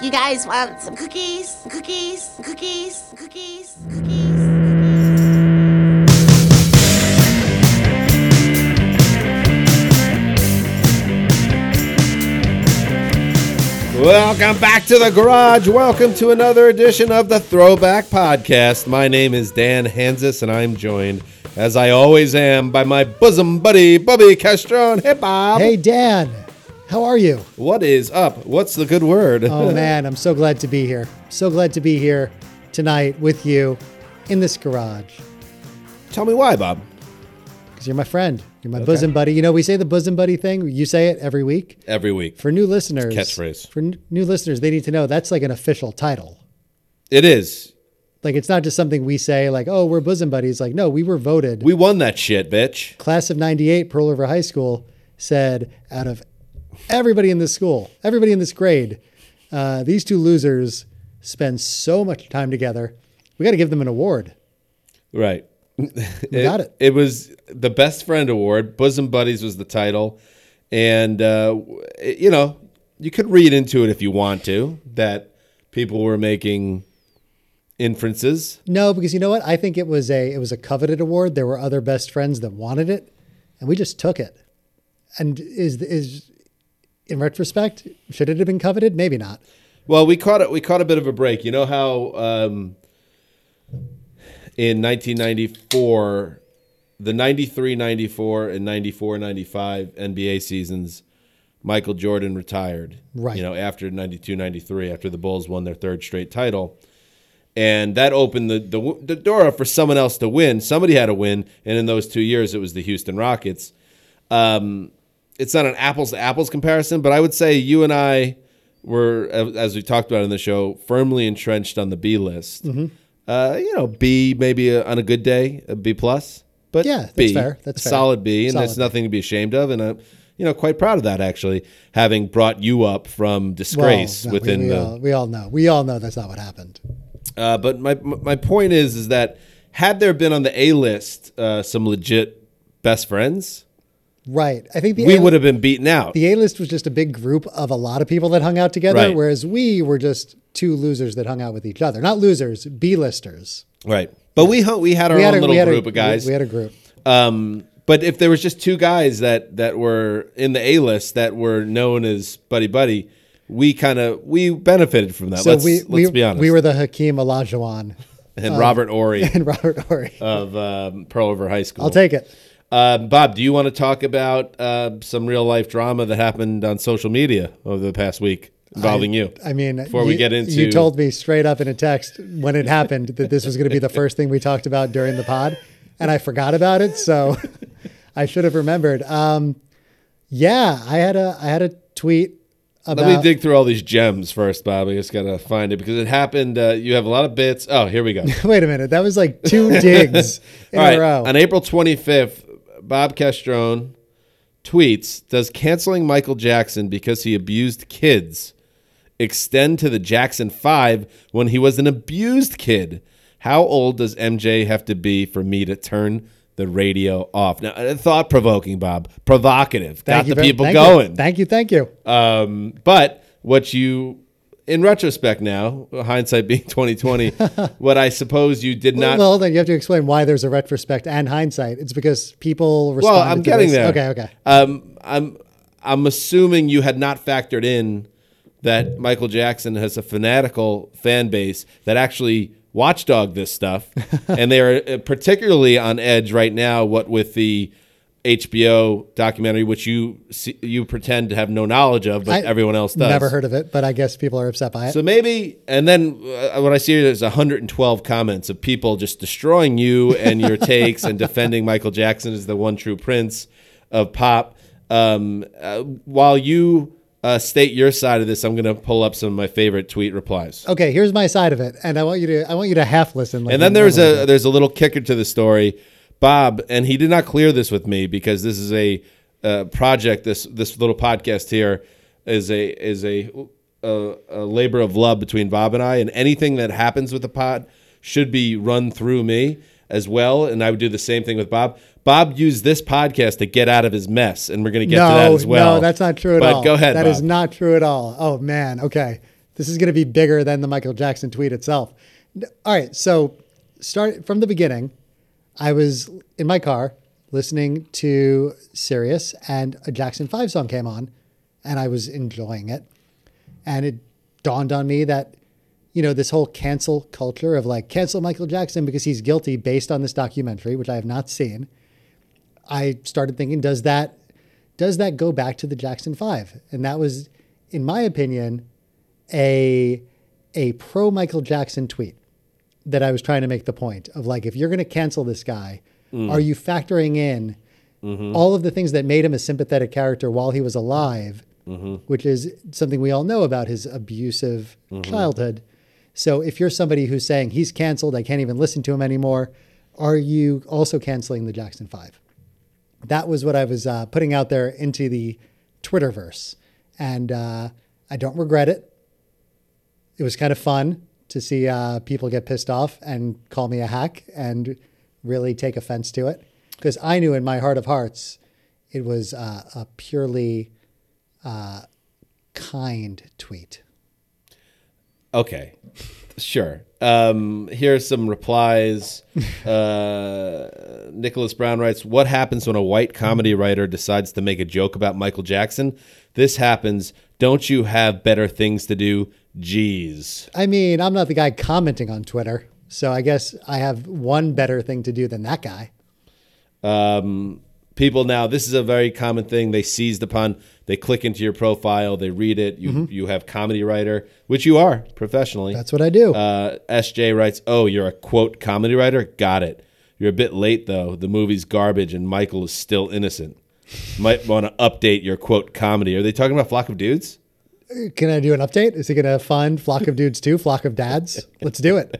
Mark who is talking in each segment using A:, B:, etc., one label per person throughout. A: You guys want some cookies? Cookies? Cookies? Cookies? Cookies?
B: Welcome back to the garage. Welcome to another edition of the Throwback Podcast. My name is Dan Hansis, and I'm joined, as I always am, by my bosom buddy, Bobby Castron. Hey, Bob.
C: Hey, Dan, how are you?
B: What is up? What's the good word?
C: Oh, man, I'm so glad to be here. So glad to be here tonight with you in this garage
B: Tell me why, Bob.
C: because you're my friend. You're my bosom buddy. You know, we say the bosom buddy thing, you say it every week.
B: Every week.
C: For new listeners,
B: catchphrase.
C: For n- new listeners, they need to know that's like an official title.
B: It is.
C: Like, it's not just something we say, like, oh, we're bosom buddies. Like, no, we were voted.
B: We won that shit, bitch.
C: Class of 98, Pearl River High School said, out of everybody in this school, everybody in this grade, uh, these two losers spend so much time together. We got to give them an award.
B: Right.
C: got it.
B: It was the best friend award. Bosom buddies was the title, and uh, w- you know you could read into it if you want to that people were making inferences.
C: No, because you know what? I think it was a it was a coveted award. There were other best friends that wanted it, and we just took it. And is is in retrospect, should it have been coveted? Maybe not.
B: Well, we caught it. We caught a bit of a break. You know how um, in 1994, the 93, 94, and 94, 95 NBA seasons, Michael Jordan retired.
C: Right.
B: You know, after 92, 93, after the Bulls won their third straight title. And that opened the, the, w- the door for someone else to win. Somebody had to win. And in those two years, it was the Houston Rockets it's not an apples to apples comparison, but I would say you and I were, a- as we talked about in the show, firmly entrenched on the B list.
C: Mm-hmm.
B: Uh, you know, B maybe uh on a good day, a B plus, but
C: Yeah, that's
B: B,
C: fair. That's
B: a
C: fair.
B: solid B, and there's
C: Solid B.
B: nothing to be ashamed of, and I'm, you know, quite proud of that actually, having brought you up from disgrace
C: no, we-
B: within
C: we, uh,
B: the.
C: all, we all know. We all know that's not what happened.
B: Uh, but my my point is is that had there been on the A list uh, some legit best friends,
C: Right. I think the
B: we
C: A-
B: would have been beaten out.
C: the A list was just a big group of a lot of people that hung out together,
B: Right.
C: whereas we were just two losers that hung out with each other. Not losers, B listers.
B: Right. But we hung, we had our
C: We
B: own
C: had a
B: little
C: we had a-
B: group of guys.
C: We, we had a group.
B: um, but if there was just two guys that that were in the A list that were known as buddy buddy, we kind of we benefited from that.
C: So
B: let's
C: we
B: let's
C: we,
B: be honest.
C: we were uh, the Hakeem Olajuwon
B: and Robert Ory
C: and Robert Ory.
B: of um, Pearl River High School.
C: I'll take it.
B: Um, Bob, do you want to talk about uh, some real life drama that happened on social media over the past week involving you?
C: I mean,
B: before we
C: you-
B: get into
C: you told me straight up in a text when it happened that this was going to be the first thing we talked about during the pod, and I forgot about it, so I should have remembered. Um, yeah, I had a I had a tweet about
B: Let me dig through all these gems first, Bob. I just gotta find it because it happened. Uh, you have a lot of bits. Oh, here we go.
C: Wait a minute. That was like two digs in
B: All right.
C: a row.
B: On April 25th, Bob Castrone tweets Does canceling Michael Jackson because he abused kids extend to the Jackson 5 when he was an abused kid? How old does MJ have to be for me to turn the radio off? Now, thought provoking, Bob. Provocative. Got
C: you
B: the
C: very-
B: people
C: thank you.
B: going.
C: Thank you. Thank you.
B: Um, but what you, in retrospect now, hindsight being 2020, what I suppose you did not
C: well, then you have to explain why there's a retrospect and hindsight. It's because people respond.
B: Well, I'm
C: to
B: getting
C: this.
B: there.
C: Okay. Okay.
B: Um, I'm I'm assuming you had not factored in that Michael Jackson has a fanatical fan base that actually watchdog this stuff, and they are uh, particularly on edge right now. What with the HBO documentary, which you see- you pretend to have no knowledge of, but
C: I
B: everyone else does.
C: Never heard of it, but I guess people are upset by it.
B: So maybe, and then uh, what I see is 112 comments of people just destroying you and your takes and defending Michael Jackson as the one true prince of pop. Um, uh, while you uh, state your side of this, I'm going to pull up some of my favorite tweet replies.
C: okay. Here's my side of it, and I want you to I want you to half listen. Like
B: And then
C: you
B: there's
C: normally
B: a there's a little kicker to the story, Bob, and he did not clear this with me because this is a uh, project. This this little podcast here is a is a, a a labor of love between Bob and I, and anything that happens with the pod should be run through me as well. And I would do the same thing with Bob. Bob used this podcast to get out of his mess, and we're going to
C: do.
B: get to that
C: no,
B: as well.
C: No, that's not true at
B: but
C: all.
B: Go ahead.
C: That
B: Bob.
C: is not true at all. Oh man. Okay. This is going to be bigger than the Michael Jackson tweet itself. N- All right, so start from the beginning. I was in my car listening to Sirius, and a Jackson Five song came on, and I was enjoying it. And it dawned on me that, you know, this whole cancel culture of like cancel Michael Jackson because he's guilty based on this documentary, which I have not seen. I started thinking, does that does that go back to the Jackson Five? And that was, in my opinion, a a pro Michael Jackson tweet that I was trying to make the point of like, if you're going to cancel this guy, are you factoring in all of the things that made him a sympathetic character while he was alive, which is something we all know about his abusive childhood. So if you're somebody who's saying he's canceled, I can't even listen to him anymore, are you also canceling the Jackson Five? that was what I was uh, putting out there into the Twitterverse, and uh, I don't regret it. It was kind of fun to see uh, people get pissed off and call me a hack and really take offense to it because I knew in my heart of hearts it was uh, a purely uh, kind tweet.
B: Okay, sure. Um, here are some replies. uh, Nicholas Brown writes, "What happens when a white comedy writer decides to make a joke about Michael Jackson? This happens. Don't you have better things to do? Jeez."
C: I mean, I'm not the guy commenting on Twitter, so I guess I have one better thing to do than that guy.
B: people now this is a very common thing they seized upon they click into your profile they read it you you have comedy writer which you are professionally
C: That's what I do.
B: uh, sj writes oh you're a quote comedy writer got it you're a bit late though the movie's garbage and michael is still innocent might want to update your quote comedy are they talking about flock of dudes
C: Can I do an update? Is he going to fund Flock of Dudes too? Flock of Dads? Let's do it.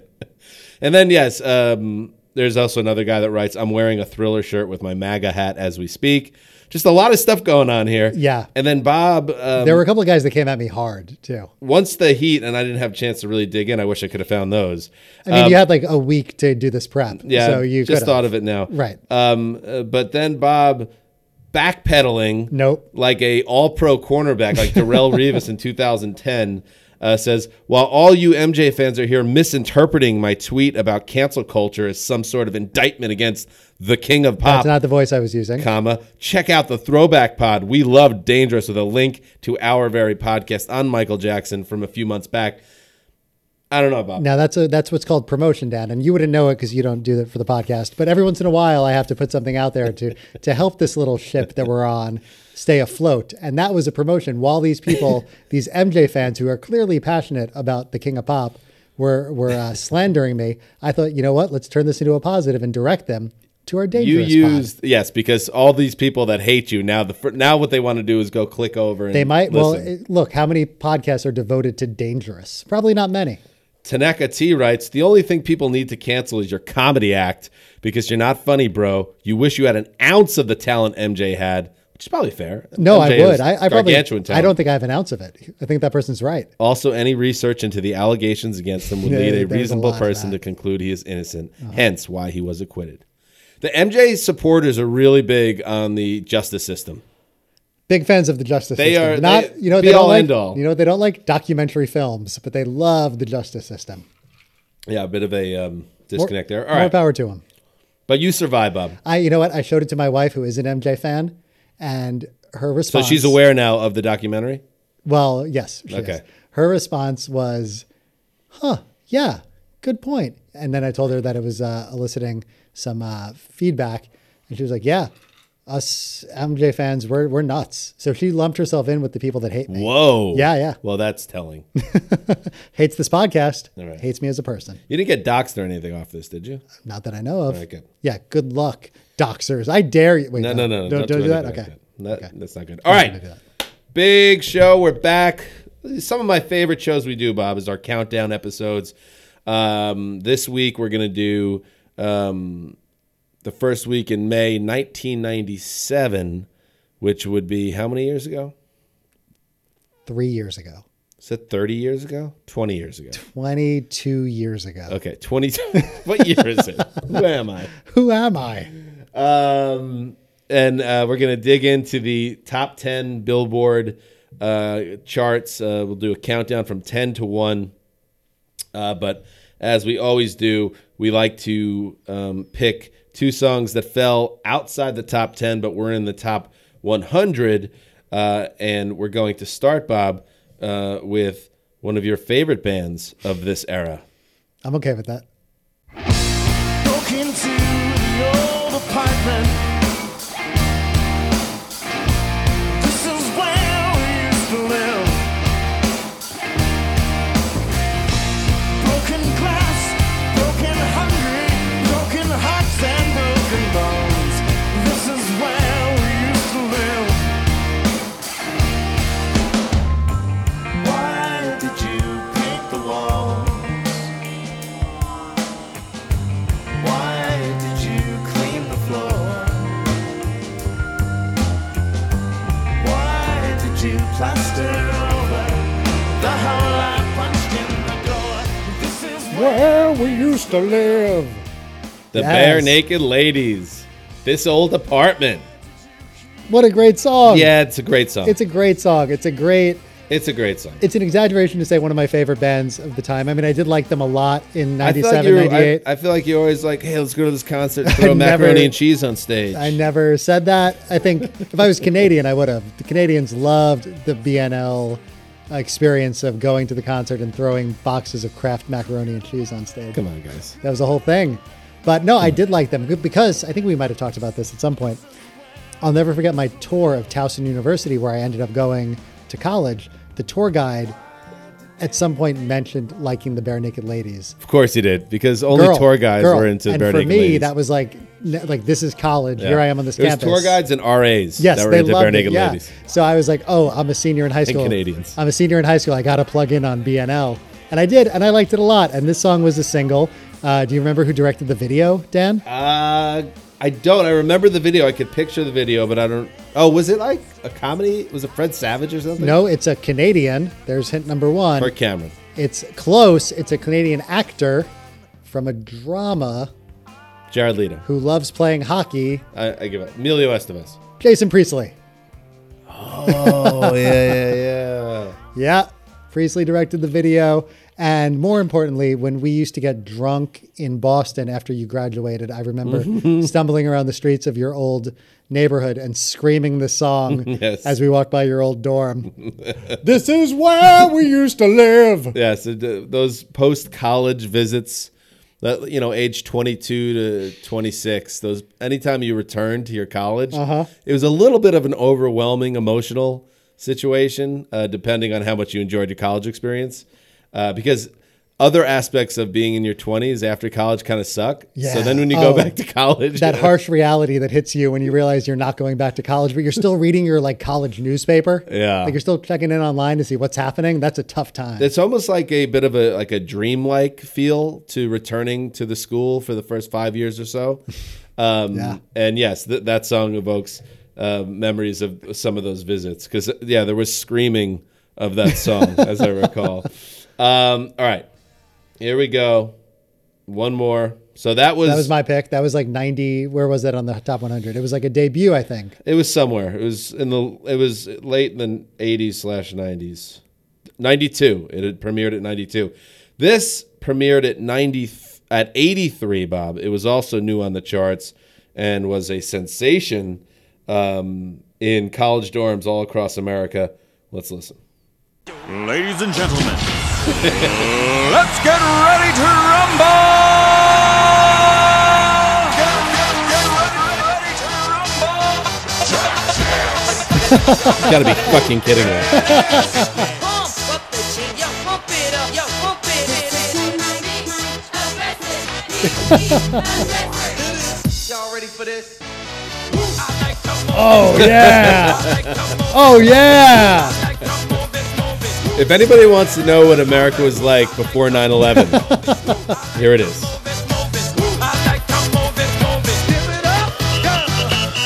B: and then yes um, there's also another guy that writes i'm wearing a thriller shirt with my maga hat as we speak just a lot of stuff going on here
C: Yeah.
B: and then bob um,
C: There were a couple of guys that came at me hard too.
B: once the heat and I didn't have a chance to really dig in. I wish I could have found those.
C: I mean, you had like a week to do this
B: Um,
C: prep.
B: Yeah,
C: So you
B: just
C: could
B: thought of it now.
C: Right.
B: Um, uh, but then Bob backpedaling.
C: Nope.
B: Like a All Pro cornerback, like Darrell Revis in 2010. Uh, says while all you MJ fans are here misinterpreting my tweet about cancel culture as some sort of indictment against the king of pop,
C: That's not the voice I was using.
B: comma check out the throwback pod we love dangerous with a link to our very podcast on michael jackson from a few months back i don't know about
C: Now that's a that's what's called promotion, Dan, and you wouldn't know it because you don't do that for the podcast. But every once in a while, I have to put something out there to to help this little ship that we're on stay afloat. And that was a promotion while these people, these MJ fans who are clearly passionate about the King of Pop, were were uh, slandering me. I thought, you know what? Let's turn this into a positive and direct them to our
B: you
C: dangerous. pod.
B: used yes because all these people that hate you now the fir- now what they want to do is go click over and
C: They might. Well,
B: listen.
C: it, look, how many podcasts are devoted to dangerous? Probably not many.
B: Tanaka T writes, the only thing people need to cancel is your comedy act because you're not funny, bro. You wish you had an ounce of the talent MJ had, which is probably fair.
C: No,
B: MJ
C: I would.
B: has
C: I, I probably.
B: gargantuan
C: I
B: talent.
C: don't think I have an ounce of it. I think that person's right.
B: Also, any research into the allegations against him would
C: Yeah,
B: lead a
C: there's a
B: reasonable
C: lot of
B: person to
C: that. Uh-huh.
B: conclude he is innocent, hence why he was acquitted. The MJ supporters are really big on the justice system.
C: Big fans of the justice
B: They
C: system.
B: are-
C: not
B: they-
C: you know what
B: be
C: they don't
B: all
C: like
B: end all.
C: you know what they don't like documentary films, but they love the justice system.
B: Yeah, a bit of a um,
C: More-
B: disconnect there. All
C: more
B: right.
C: power to them.
B: But you survive, Bob.
C: I you know what I showed it to my wife who is an MJ fan, and her
B: So
C: response.
B: she's aware now of the documentary?
C: Well, yes. she
B: Okay.
C: is. Her response was, huh, yeah, good point. And then I told her that it was uh, eliciting some uh, feedback. And she was like, yeah, us MJ fans, we're, we're nuts. So she lumped herself in with the people that hate me.
B: Whoa.
C: Yeah, yeah.
B: Well, that's telling.
C: Hates this podcast,
B: right.
C: hates me as a person.
B: You didn't get doxxed or anything off this, did you?
C: Not that I know of.
B: right, good.
C: Yeah, good luck, doxers. I dare you. Wait,
B: No, no, no. no
C: Don't, don't do that?
B: anything like
C: okay.
B: that. That- That's not good. All right.
C: gonna do
B: Big show. We're back. Some of my favorite shows we do, Bob, is our countdown episodes. Um, this week, we're going to do um, the first week in May 1997, which would be how many years ago?
C: Three years ago,
B: Is that 30 years ago? 20 years ago.
C: 22 years ago.
B: Okay, 20. what year is it? Who am I?
C: Who am I?
B: Um, and uh, we're going to dig into the top 10 Billboard uh, charts. Uh, we'll do a countdown from 10 to 1. Uh, but as we always do, we like to um, pick two songs that fell outside the top 10, but were in the top 100. Uh, and we're going to start, Bob, uh, with one of your favorite bands of this era.
C: I'm okay with that.
D: broke into the old apartment. This is where we used to live. Broken glass, broken hungry, broken hearts and broken bones. This is where we used to live. Why did you paint the walls? Why did you clean the floor? Why did you plaster over the hole I punched in the door? This is
C: Where we used to live.
B: The
C: Yes.
B: Bare Naked Ladies. This old apartment.
C: What a great song.
B: Yeah, it's a great song.
C: Oh, It's a great song. It's a great
B: It's a great song.
C: it's an exaggeration to say one of my favorite bands of the time. I mean, I did like them a lot in
B: I feel, like
C: 97,
B: you were-
C: 98.
B: I, I feel like you're always like, hey, let's go to this concert, throw
C: never-
B: macaroni and cheese on stage.
C: I never said that. I think if I was Canadian, I would have. The Canadians loved the BNL experience of going to the concert and throwing boxes of Kraft macaroni and cheese on stage.
B: Come on, guys.
C: That was the whole thing. But no, I did like them because I think we might have talked about this at some point. I'll never forget my tour of Towson University where I ended up going to college. The tour guide at some point mentioned liking the Bare Naked Ladies.
B: Of course you did, because only
C: Girl,
B: tour guides
C: girl.
B: were into
C: and
B: Bare
C: for
B: Naked
C: me,
B: Ladies.
C: that was like, n- like this is college.
B: Yeah.
C: Here I am on this
B: There was
C: campus.
B: tour guides and RAs
C: Yes,
B: that were
C: they
B: into Bare
C: loved
B: Naked
C: it. Yeah.
B: Ladies.
C: So I was like, oh, I'm a senior in high school.
B: Canadians.
C: I'm a senior in high school. I got to plug in on BNL. And I did, and I liked it a lot. And this song was a single. Uh, do you remember who directed the video, Dan?
B: Uh, I don't. I remember the video. I could picture the video, but I don't. Oh, was it like a comedy? Was it Fred Savage or something?
C: no, it's a Canadian. There's hint number one.
B: Or Cameron.
C: It's close. It's a Canadian actor from a drama
B: Jared Leto.
C: who loves playing hockey,
B: I, I give up. Emilio Estevez.
C: Jason Priestley.
B: Oh, yeah, yeah, yeah.
C: Yeah. Priestley directed the video. And more importantly, when we used to get drunk in Boston after you graduated, I remember stumbling around the streets of your old neighborhood and screaming the song
B: Yes.
C: as we walked by your old dorm. this is where we used to live.
B: Yeah, so th- those post college visits, that you know, age twenty two to twenty six, those anytime you returned to your college,
C: Uh-huh.
B: it was a little bit of an overwhelming emotional situation, uh, depending on how much you enjoyed your college experience, uh, because other aspects of being in your twenties after college kind of suck. So
C: Yeah.
B: then when you go
C: Oh,
B: back to college,
C: That harsh reality that hits you when you realize you're not going back to college, but you're still reading your like college newspaper.
B: Yeah.
C: Like you're still checking in online to see what's happening. That's a tough time.
B: It's almost like a bit of a like a dreamlike feel to returning to the school for the first five years or so. Um,
C: Yeah.
B: And yes, th- that song evokes uh, memories of some of those visits because yeah, there was screaming of that song as I recall. Um, all right, here we go. One more. So that was,
C: that was my pick. That was like 90. Where was that on the top 100? It was like a debut, I think.
B: it was somewhere. It was in the it was late in the eighties slash nineties. Ninety two. It had premiered at ninety two. This premiered at ninety at eighty three, Bob. It was also new on the charts and was a sensation um, in college dorms all across America. Let's listen.
D: Ladies and gentlemen, let's get ready to rumble! Get, get, get ready, ready to rumble!
B: You gotta be fucking kidding me.
E: pump up the jam, yo, pump it up, yo, pump it, it, it.
D: Y'all ready for this?
C: Oh yeah! oh yeah!
B: If anybody wants to know what America was like before 9-11, here it is.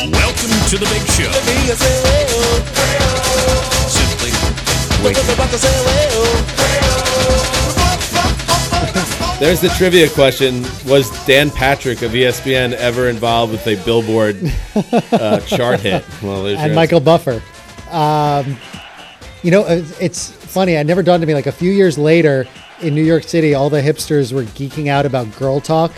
F: Welcome to the big show.
G: oh,
F: Simply
G: oh,
B: There's the trivia question. Was Dan Patrick of E ESPN ever involved with a Billboard uh, chart hit? Well, there's your
C: And
B: answer.
C: Michael Buffer. Um, You know, uh, it's funny. It never dawned to me. Like a few years later in New York City, all the hipsters were geeking out about girl talk,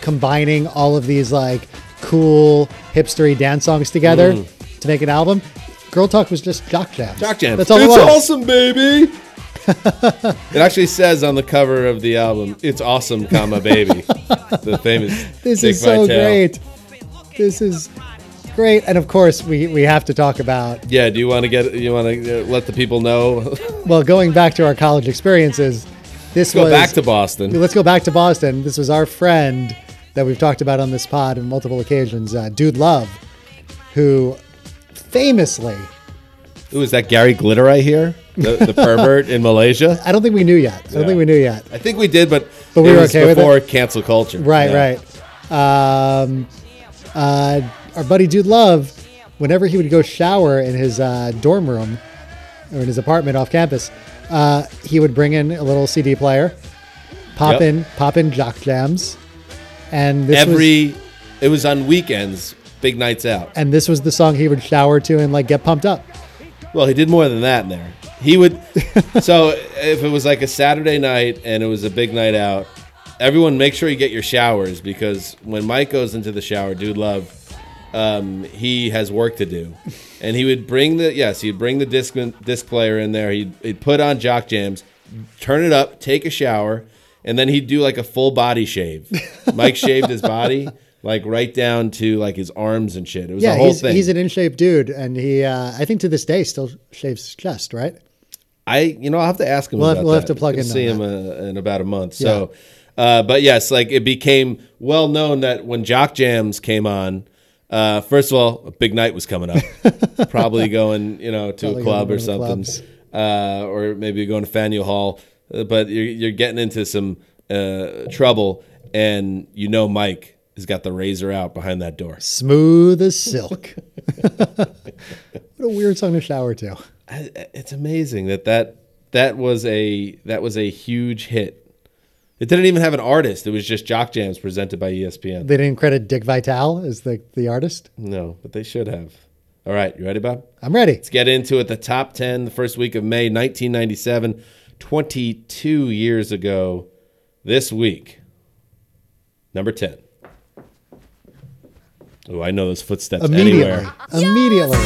C: combining all of these like cool hipstery dance songs together to make an album. Girl talk was just jock jams.
B: Mm. Jock Jam.
C: That's all it
B: it's
C: was.
B: awesome, baby. it actually says on the cover of the album, "It's awesome, comma baby." the famous.
C: This
B: "Take
C: is
B: My Tail."
C: so great. This is great. And of course, we we have to talk about
B: Yeah. Do you want to get? You want to let the people know?
C: well, going back to our college experiences. This
B: Go
C: was
B: back to Boston.
C: Let's go back to Boston. This was our friend that we've talked about on this pod on multiple occasions, uh, Dude Love, who famously,
B: Ooh, is that Gary Glitter I hear? The, the pervert in Malaysia.
C: I don't think we knew yet. I don't
B: Yeah.
C: think we knew yet.
B: I think we did, but,
C: But we
B: it
C: were
B: was
C: okay with
B: before cancel culture.
C: Right,
B: Yeah.
C: right. Um, uh, our buddy Dude Love, whenever he would go shower in his uh, dorm room or in his apartment off campus, uh, he would bring in a little CD player, pop
B: Yep.
C: in, pop in jock jams, and this was-
B: Every, it was on weekends, big nights out.
C: and this was the song he would shower to and like get pumped up.
B: Well, he did more than that in there. He would. so if it was like a Saturday night and it was a big night out, everyone make sure you get your showers because when Mike goes into the shower, dude, love, um, he has work to do, and he would bring the yes, he'd bring the disc disc player in there. He'd, he'd put on jock jams, turn it up, take a shower, and then he'd do like a full body shave. Mike shaved his body. Like right down to like his arms and shit. It was
C: Yeah,
B: the whole
C: he's,
B: thing.
C: he's an in shape dude, and he uh, I think to this day still shaves his chest, right?
B: I you know I'll have to ask him.
C: We'll have-
B: about
C: we'll have
B: that.
C: to plug
B: We'll
C: in on
B: See him uh, in about a month. So, uh, but yes, like it became well known that when Jock Jams came on, uh, first of all, a big night was coming up. Probably going you know to
C: Probably
B: a
C: going
B: club
C: to
B: or
C: one of the
B: something,
C: clubs.
B: uh, or maybe going to Faneuil Hall. Uh, but you're you're getting into some uh, trouble, and you know Mike has got the razor out behind that door.
C: Smooth as silk. what a weird song to shower to.
B: I- it's amazing that that that was a that was a huge hit. It didn't even have an artist. It was just Jock Jams presented by E ESPN.
C: They didn't credit Dick Vitale as the the artist.
B: No, but they should have. All right, you ready, Bob?
C: I'm ready.
B: Let's get into it. The top 10, the first week of May 1997, 22 years ago this week. Number 10. Oh, I know those footsteps
C: Immediately.
B: anywhere.
C: Immediately.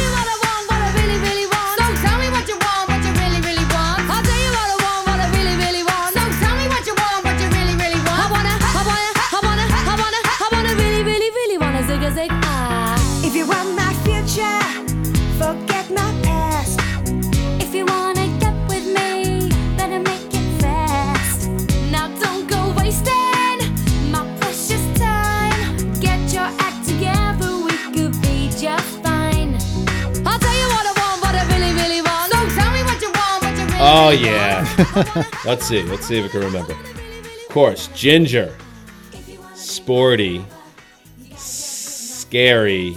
H: If you want my future, forget my past. If you wanna get with me, better make it fast. Now don't go wasting my precious time. Get your act together, we could be just fine. I'll tell you what I want, what I really, really want. So tell me what you want, what you really,
B: Oh,
H: really
B: yeah. Let's see. Let's see if I can remember. Of course, Ginger. sporty, scary,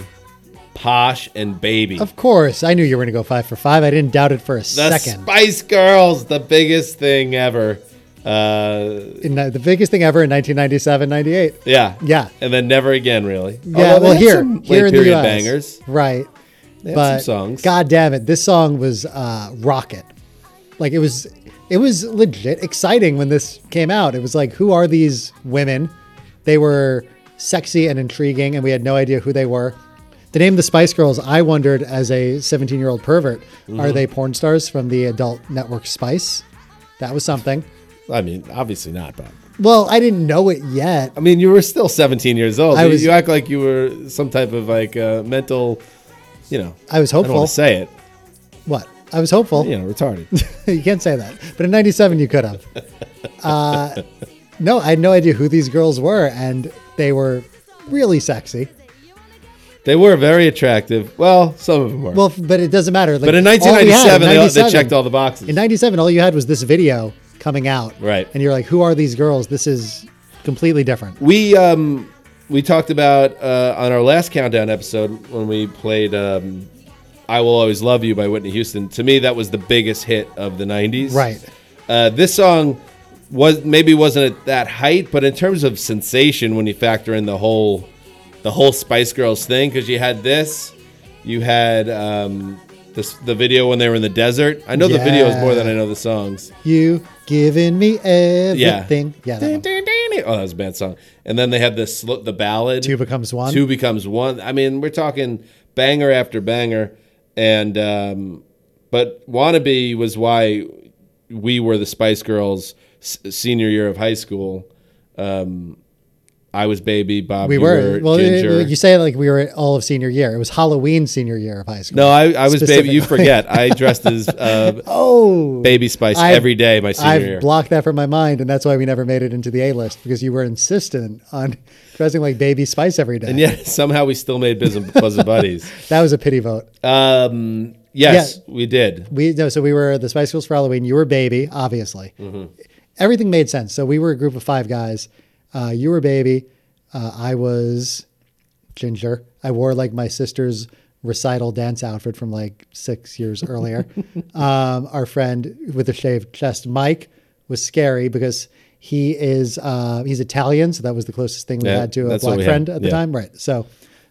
B: posh, and baby.
C: Of course, I knew you were gonna go five for five. I didn't doubt it for a
B: The
C: second.
B: Spice Girls, the biggest thing ever. Uh,
C: In, uh, the biggest thing ever in 1997, 98.
B: yeah,
C: Yeah.
B: and then never again, really.
C: Yeah,
B: Although they
C: well,
B: had
C: here,
B: some
C: here
B: late
C: in the
B: period
C: US,
B: bangers.
C: right?
B: They had some
C: But
B: songs.
C: God damn it, this song was uh, rocket. Like it was, it was legit exciting when this came out. It was like, who are these women? They were sexy and intriguing, and we had no idea who they were. The name of the Spice Girls, I wondered as a 17 year old pervert,
B: Mm-hmm.
C: are they porn stars from the adult network Spice? That was something.
B: I mean, obviously not, but
C: Well, I didn't know it yet.
B: I mean, you were still 17 years old.
C: I
B: You-
C: was-
B: you act like you were some type of like uh, mental, you know.
C: I was
B: I don't
C: hopeful.
B: want to say it.
C: What? I was hopeful.
B: You know, retarded.
C: you can't say that. But in '97, you could have. Uh, no, I had no idea who these girls were, and they were really sexy.
B: they were very attractive. Well, some of them were.
C: Well, f- but it doesn't matter. Like,
B: but in
C: all we had
B: 1997, they, all- they
C: 97
B: checked all the boxes.
C: In '97, all you had was this video coming out,
B: Right.
C: And you're like, "Who are these girls? This is completely different."
B: We um we talked about uh, on our last countdown episode when we played um, "I Will Always Love You" by Whitney Houston. To me, that was the biggest hit of the '90s.
C: Right.
B: Uh, this song was maybe wasn't at that height, but in terms of sensation, when you factor in the whole the whole Spice Girls thing, because you had this, you had um, This, the video when they were in the desert. I know the videos more than
C: Yeah.
B: I know the songs.
C: You giving me
B: Yeah.
C: everything. Yeah. that
B: Dun,
C: one.
B: dun, dun. Oh, that was a bad song. And then they had this sl- the ballad.
C: Two becomes one.
B: Two becomes one. I mean, we're talking banger after banger, and um, but wannabe was why we were the Spice Girls s- senior year of high school. Um, I was baby, Bob.
C: We
B: you
C: were. well, it-
B: ginger.
C: you say it like we were all of senior year. It was Halloween senior year of high school.
B: no, I, I was baby. You
C: Specifically.
B: forget. I dressed as uh,
C: Oh.
B: baby Spice
C: I've-
B: every day my senior
C: I've
B: year.
C: blocked that from my mind, and that's why we never made it into the A list because you were insistent on dressing like Baby Spice every day.
B: and yet somehow we still made Biz and Buzz and Buddies.
C: That was a pity vote.
B: Um, yes, we did.
C: We no, so we were the Spice Girls for Halloween. You were Baby, obviously.
B: Mm-hmm.
C: Everything made sense. So we were a group of five guys. Uh, you were Baby. Uh, I was Ginger. I wore like my sister's recital dance outfit from like six years earlier. um, our friend with the shaved chest, Mike, was scary because he is uh, he's Italian, so that was the closest thing we
B: Yeah,
C: had to a
B: that's what
C: black
B: we had.
C: friend at the
B: Yeah.
C: time, right? So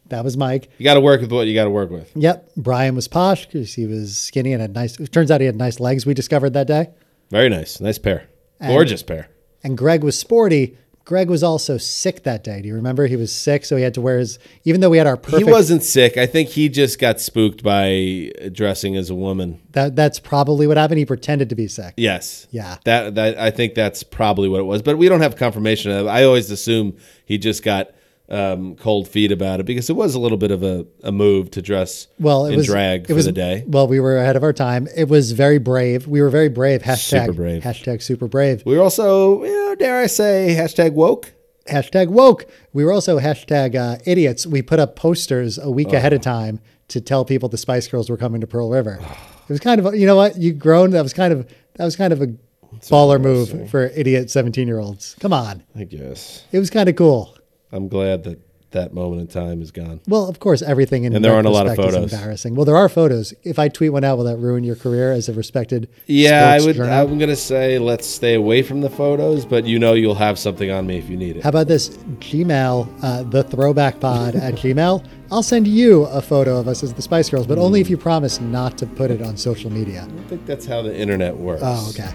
C: that was Mike.
B: You got to work with what you got to work with.
C: Yep. Brian was posh because he was skinny and had nice. It turns out he had nice legs. We discovered that day.
B: Very nice, nice pair, gorgeous pair.
C: And Greg was sporty. Greg was also sick that day. Do you remember? He was sick, so he had to wear his. Even though we had our perfect,
B: He wasn't sick. I think he just got spooked by dressing as a woman.
C: That that's probably what happened. He pretended to be sick.
B: Yes.
C: Yeah.
B: That that I think that's probably what it was, but we don't have confirmation of. it. I always assume he just got um, cold feet about it because it was a little bit of a, a move to dress
C: Well, it
B: in
C: was
B: drag
C: it
B: for
C: was,
B: the day.
C: Well, we were ahead of our time. It was very brave. We were very brave. Hashtag
B: Super brave.
C: Hashtag super brave.
B: We were also, you know, dare I say, hashtag woke.
C: hashtag woke. We were also hashtag uh, idiots. We put up posters a week ahead of time to tell people the Spice Girls were coming to Pearl River. It was kind of you know what you grown. That was kind of that was kind of a baller move for idiot seventeen year olds. Come on,
B: I guess
C: it was kind of cool.
B: I'm glad that that moment in time is gone.
C: Well, of course, everything in
B: And there aren't a lot of
C: retrospect is
B: photos.
C: Embarrassing. Well, there are photos. If I tweet one out, will that ruin your career as a respected?
B: Yeah, I would.
C: sports journal?
B: I'm gonna say let's stay away from the photos, but you know you'll have something on me if you need it.
C: How about this Gmail, uh, the throwback pod at Gmail? I'll send you a photo of us as the Spice Girls, but only if you promise not to put it on social media.
B: I think that's how the internet works.
C: Oh, okay.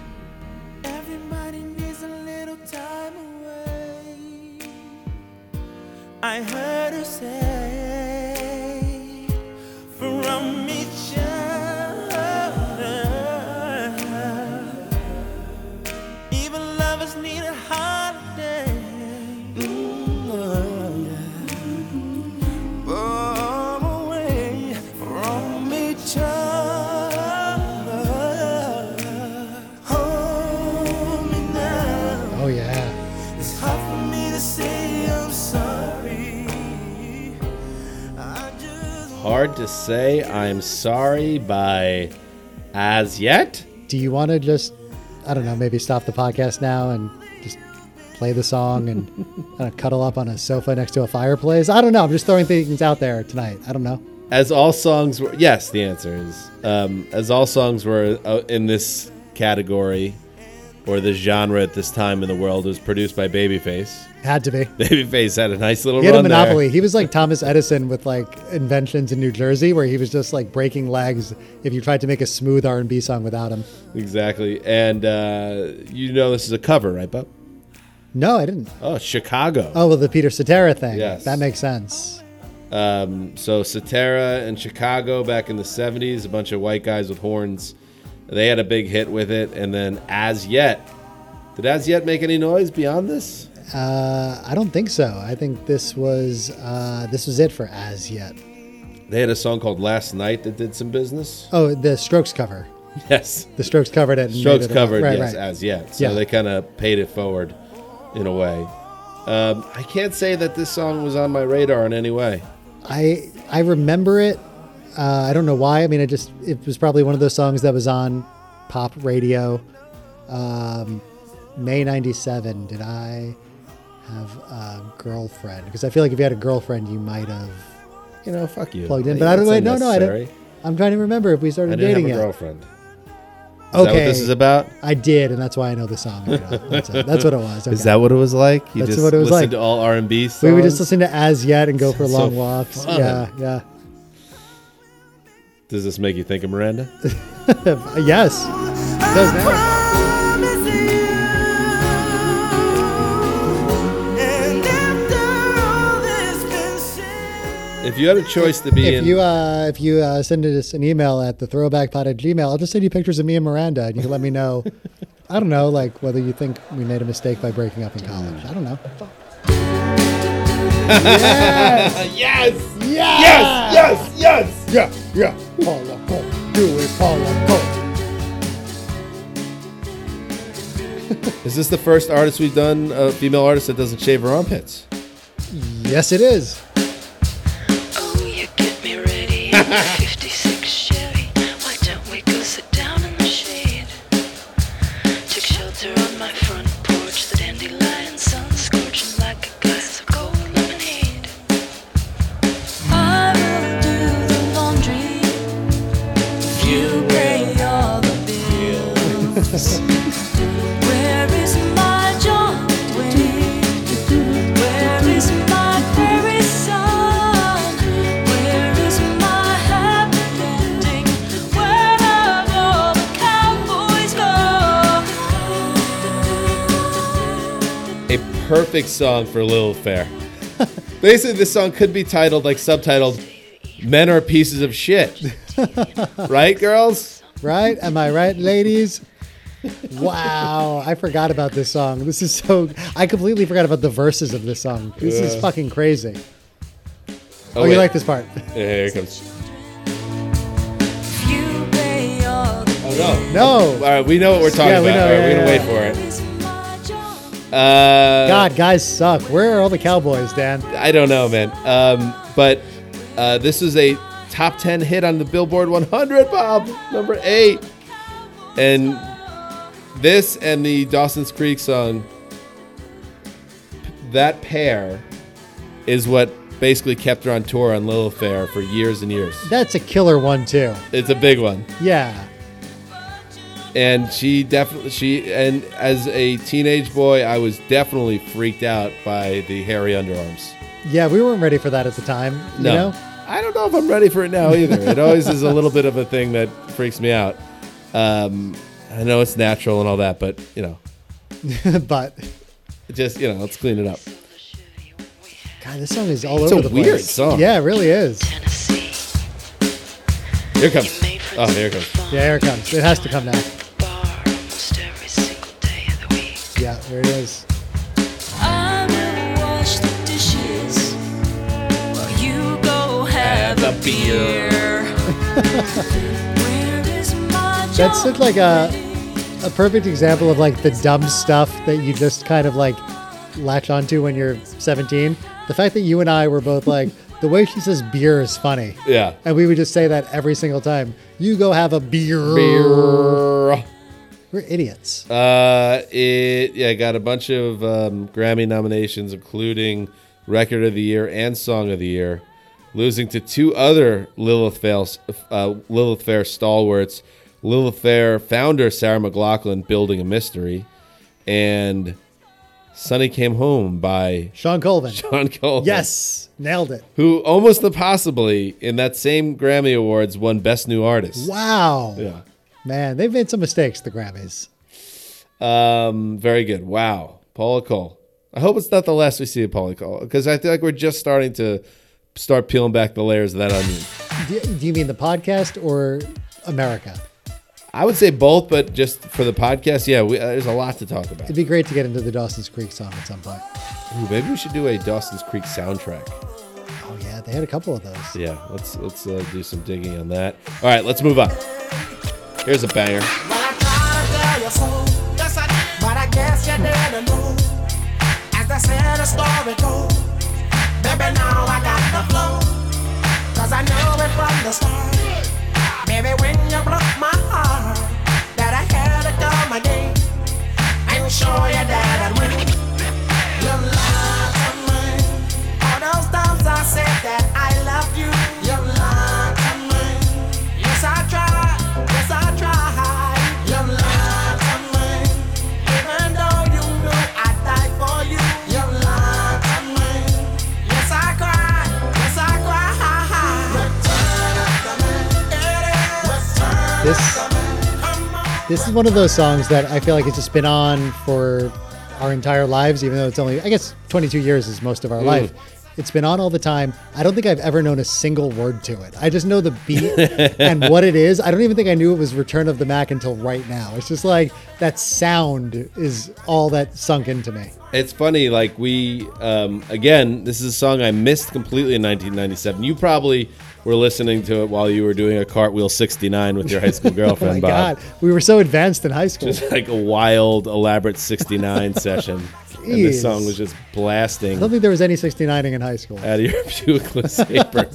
G: Everybody needs a little time away. I heard her say, from each other. Even lovers need a holiday. Mm, oh, yeah. Far away from each other. Hold me now.
C: Oh, yeah.
G: It's hard for me to say I'm sorry. I just
B: Hard to say. I'm sorry by as yet.
C: Do you want to just, I don't know, maybe stop the podcast now and just play the song and kind of cuddle up on a sofa next to a fireplace? I don't know. I'm just throwing things out there tonight. I don't know.
B: As all songs were. Yes, the answer is. Um, as all songs were uh, in this category or this genre at this time in the world, it was produced by Babyface.
C: Had to be.
B: Babyface had a nice little
C: He had a
B: run there.
C: monopoly. He was like Thomas Edison with like inventions in New Jersey, where he was just like breaking legs if you tried to make a smooth R and B song without him.
B: Exactly. And uh, you know this is a cover, right, Bob?
C: No, I didn't.
B: Oh, Chicago.
C: Oh, well, the Peter Cetera thing.
B: Yes.
C: That makes sense.
B: Um, so Satara and Chicago back in the 70s, a bunch of white guys with horns. They had a big hit with it. And then As Yet. Did As Yet make any noise beyond this?
C: Uh, I don't think so. I think this was uh, this was it for as yet.
B: They had a song called Last Night that did some business.
C: Oh, the Strokes cover.
B: Yes.
C: The Strokes covered it. and
B: Strokes
C: made it about-
B: covered,
C: Right,
B: yes,
C: right.
B: As Yet. So
C: Yeah.
B: they kind of paid it forward in a way. Um, I can't say that this song was on my radar in any way.
C: I I remember it. Uh, I don't know why. I mean, I just it was probably one of those songs that was on pop radio. Um, May '97. Did I have a girlfriend? Because I feel like if you had a girlfriend, you might have
B: You know, fuck you.
C: plugged in. But I don't.
B: That's
C: Wait, no, no, I
B: unnecessary.
C: don't. I'm trying to remember if we started
B: I didn't
C: dating
B: have a
C: yet.
B: girlfriend. Is that what this is about?
C: I did, and that's why I know the song. right now. That's, it. That's what it
B: Is
C: was. okay.
B: that what it was like? You
C: That's
B: just
C: what it was
B: listened
C: like.
B: to all R and B songs.
C: we would just listen to As Yet and go for long walks.
B: fun.
C: Yeah, yeah.
B: Does this make you think of Miranda?
C: Uh, Yes. Does now.
G: promise you. And after all that's been said.
B: If you had a choice to be
C: If
B: in,
C: you uh, if you uh, send us an email at the throwbackpod at gmail, I'll just send you pictures of me and Miranda, and you can let me know. I don't know, like whether you think we made a mistake by breaking up in college. I don't know.
B: yes,
C: Yeah!
B: yes, yes, yes.
C: Yeah, yeah. Paula Cole, do it, Paula Cole.
B: Is this the first artist we've done, a female artist that doesn't shave her armpits?
C: Yes, it is.
I: Oh, you get me ready. in your 56 Chevy. Why don't we go sit down in the shade? Took shelter on my front porch. The dandelion sun scorching like a glass of cold lemonade. I will do the laundry if you pay all the bills. Where is my John Wayne? Where is my fairy sun? Where is my happy ending? Where have all the cowboys gone?
B: A perfect song for Lil Fair. Basically, this song could be titled, like subtitled, "Men Are Pieces of Shit," right, girls?
C: Right? Am I right, ladies? Wow, I forgot about this song. This is so. I completely forgot about the verses of this song. This is fucking crazy. Oh,
B: wait.
C: you like this part?
B: Here it comes.
I: If you pay all the
B: Oh no.
C: No.
B: All right, we know what we're talking
C: Yeah,
B: about.
C: we know,
B: All right,
C: yeah,
B: we're gonna wait
C: yeah, yeah.
B: for it.
I: Where is my John?
B: Uh,
C: God, guys suck. Where are all the cowboys, Dan?
B: I don't know, man. Um, but uh, this is a top 10 hit on the Billboard 100, Bob, number eight. And this and the Dawson's Creek song, that pair is what basically kept her on tour on Lilith Fair for years and years.
C: That's a killer one too.
B: It's a big one.
C: Yeah.
B: and she definitely she and as a teenage boy i was definitely freaked out by the hairy underarms
C: Yeah, we weren't ready for that at the time. You
B: no
C: know?
B: i don't know if i'm ready for it now either it always is a little bit of a thing that freaks me out um, i know it's natural and all that but you know
C: but
B: it just you know let's clean it up
C: God, this song is all
B: It's
C: over
B: a
C: the
B: weird
C: place.
B: song.
C: Yeah, it really is.
I: Tennessee.
B: here it comes oh here it comes
C: Yeah, here it comes. It has to come now. Yeah, there it is.
I: I will wash the dishes while you go have a beer. Where is my
C: That's
I: John
C: such like a
I: Wayne?
C: a perfect example of like the dumb stuff that you just kind of like latch onto when you're 17. The fact that you and I were both like the way she says beer is funny.
B: yeah
C: And we would just say that every single time. You go have a beer.
B: Beer.
C: We're idiots.
B: Uh, it yeah got a bunch of um, Grammy nominations, including Record of the Year and Song of the Year, losing to two other Lilith Fair, uh, Lilith Fair stalwarts, Lilith Fair founder Sarah McLaughlin, "Building a Mystery," and "Sunny Came Home" by
C: Sean Colvin.
B: John Colvin.
C: Yes, nailed it.
B: who almost impossibly in that same Grammy Awards won Best New Artist.
C: Wow.
B: Yeah.
C: Man, they've made some mistakes, the Grammys.
B: Um, very good. Wow, Paula Cole. I hope it's not the last we see of Paula Cole because I feel like we're just starting to start peeling back the layers of that onion.
C: Do, do you mean the podcast or America?
B: I would say both, but just for the podcast, yeah, we, uh, there's a lot to talk about.
C: It'd be great to get into the Dawson's Creek song at some point.
B: Ooh, maybe we should do a Dawson's Creek soundtrack.
C: Oh, yeah, they had a couple of those.
B: Yeah, let's let's uh, do some digging on that. All right, let's move on. Here's a banger.
G: I tried to tell you so, yes I did, but I guess you didn't know. As the Santa story goes, baby now I got the flow, 'cause I know it from the start. Baby when you broke my heart, that I had to come again and show you that I'd win. You lied to me, all those times I said that I love you. You lied to me, yes I tried, yes I tried. You lied to me, even though you knew I'd die for you. You lied to me, yes I cried, yes I cried. Return of the man.
C: This is one of those songs that I feel like it's just been on for our entire lives, even though it's only, I guess, 22 years is most of our life. It's been on all the time. I don't think I've ever known a single word to it. I just know the beat and what it is. I don't even think I knew it was Return of the Mac until right now. It's just like that sound is all that sunk into me.
B: It's funny, like we um, again, this is a song I missed completely in 1997. You probably were listening to it while you were doing a cartwheel 69 with your high school
C: Oh
B: girlfriend,
C: my
B: Bob.
C: God. We were so advanced in high school.
B: Just like a wild, elaborate 69 session, and
C: Jeez.
B: this song was just blasting
C: I don't think there was any 69ing in high school.
B: out of your Buick saber,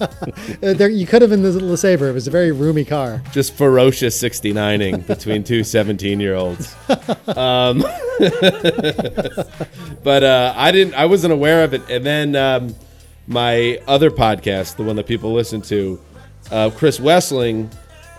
C: Uh, there, you could have been the LeSabre. It was a very roomy car.
B: just ferocious 69ing between two 17 year olds. Um, but uh, I didn't, I wasn't aware of it, and then. Um, my other podcast, the one that people listen to, uh, Chris Wessling,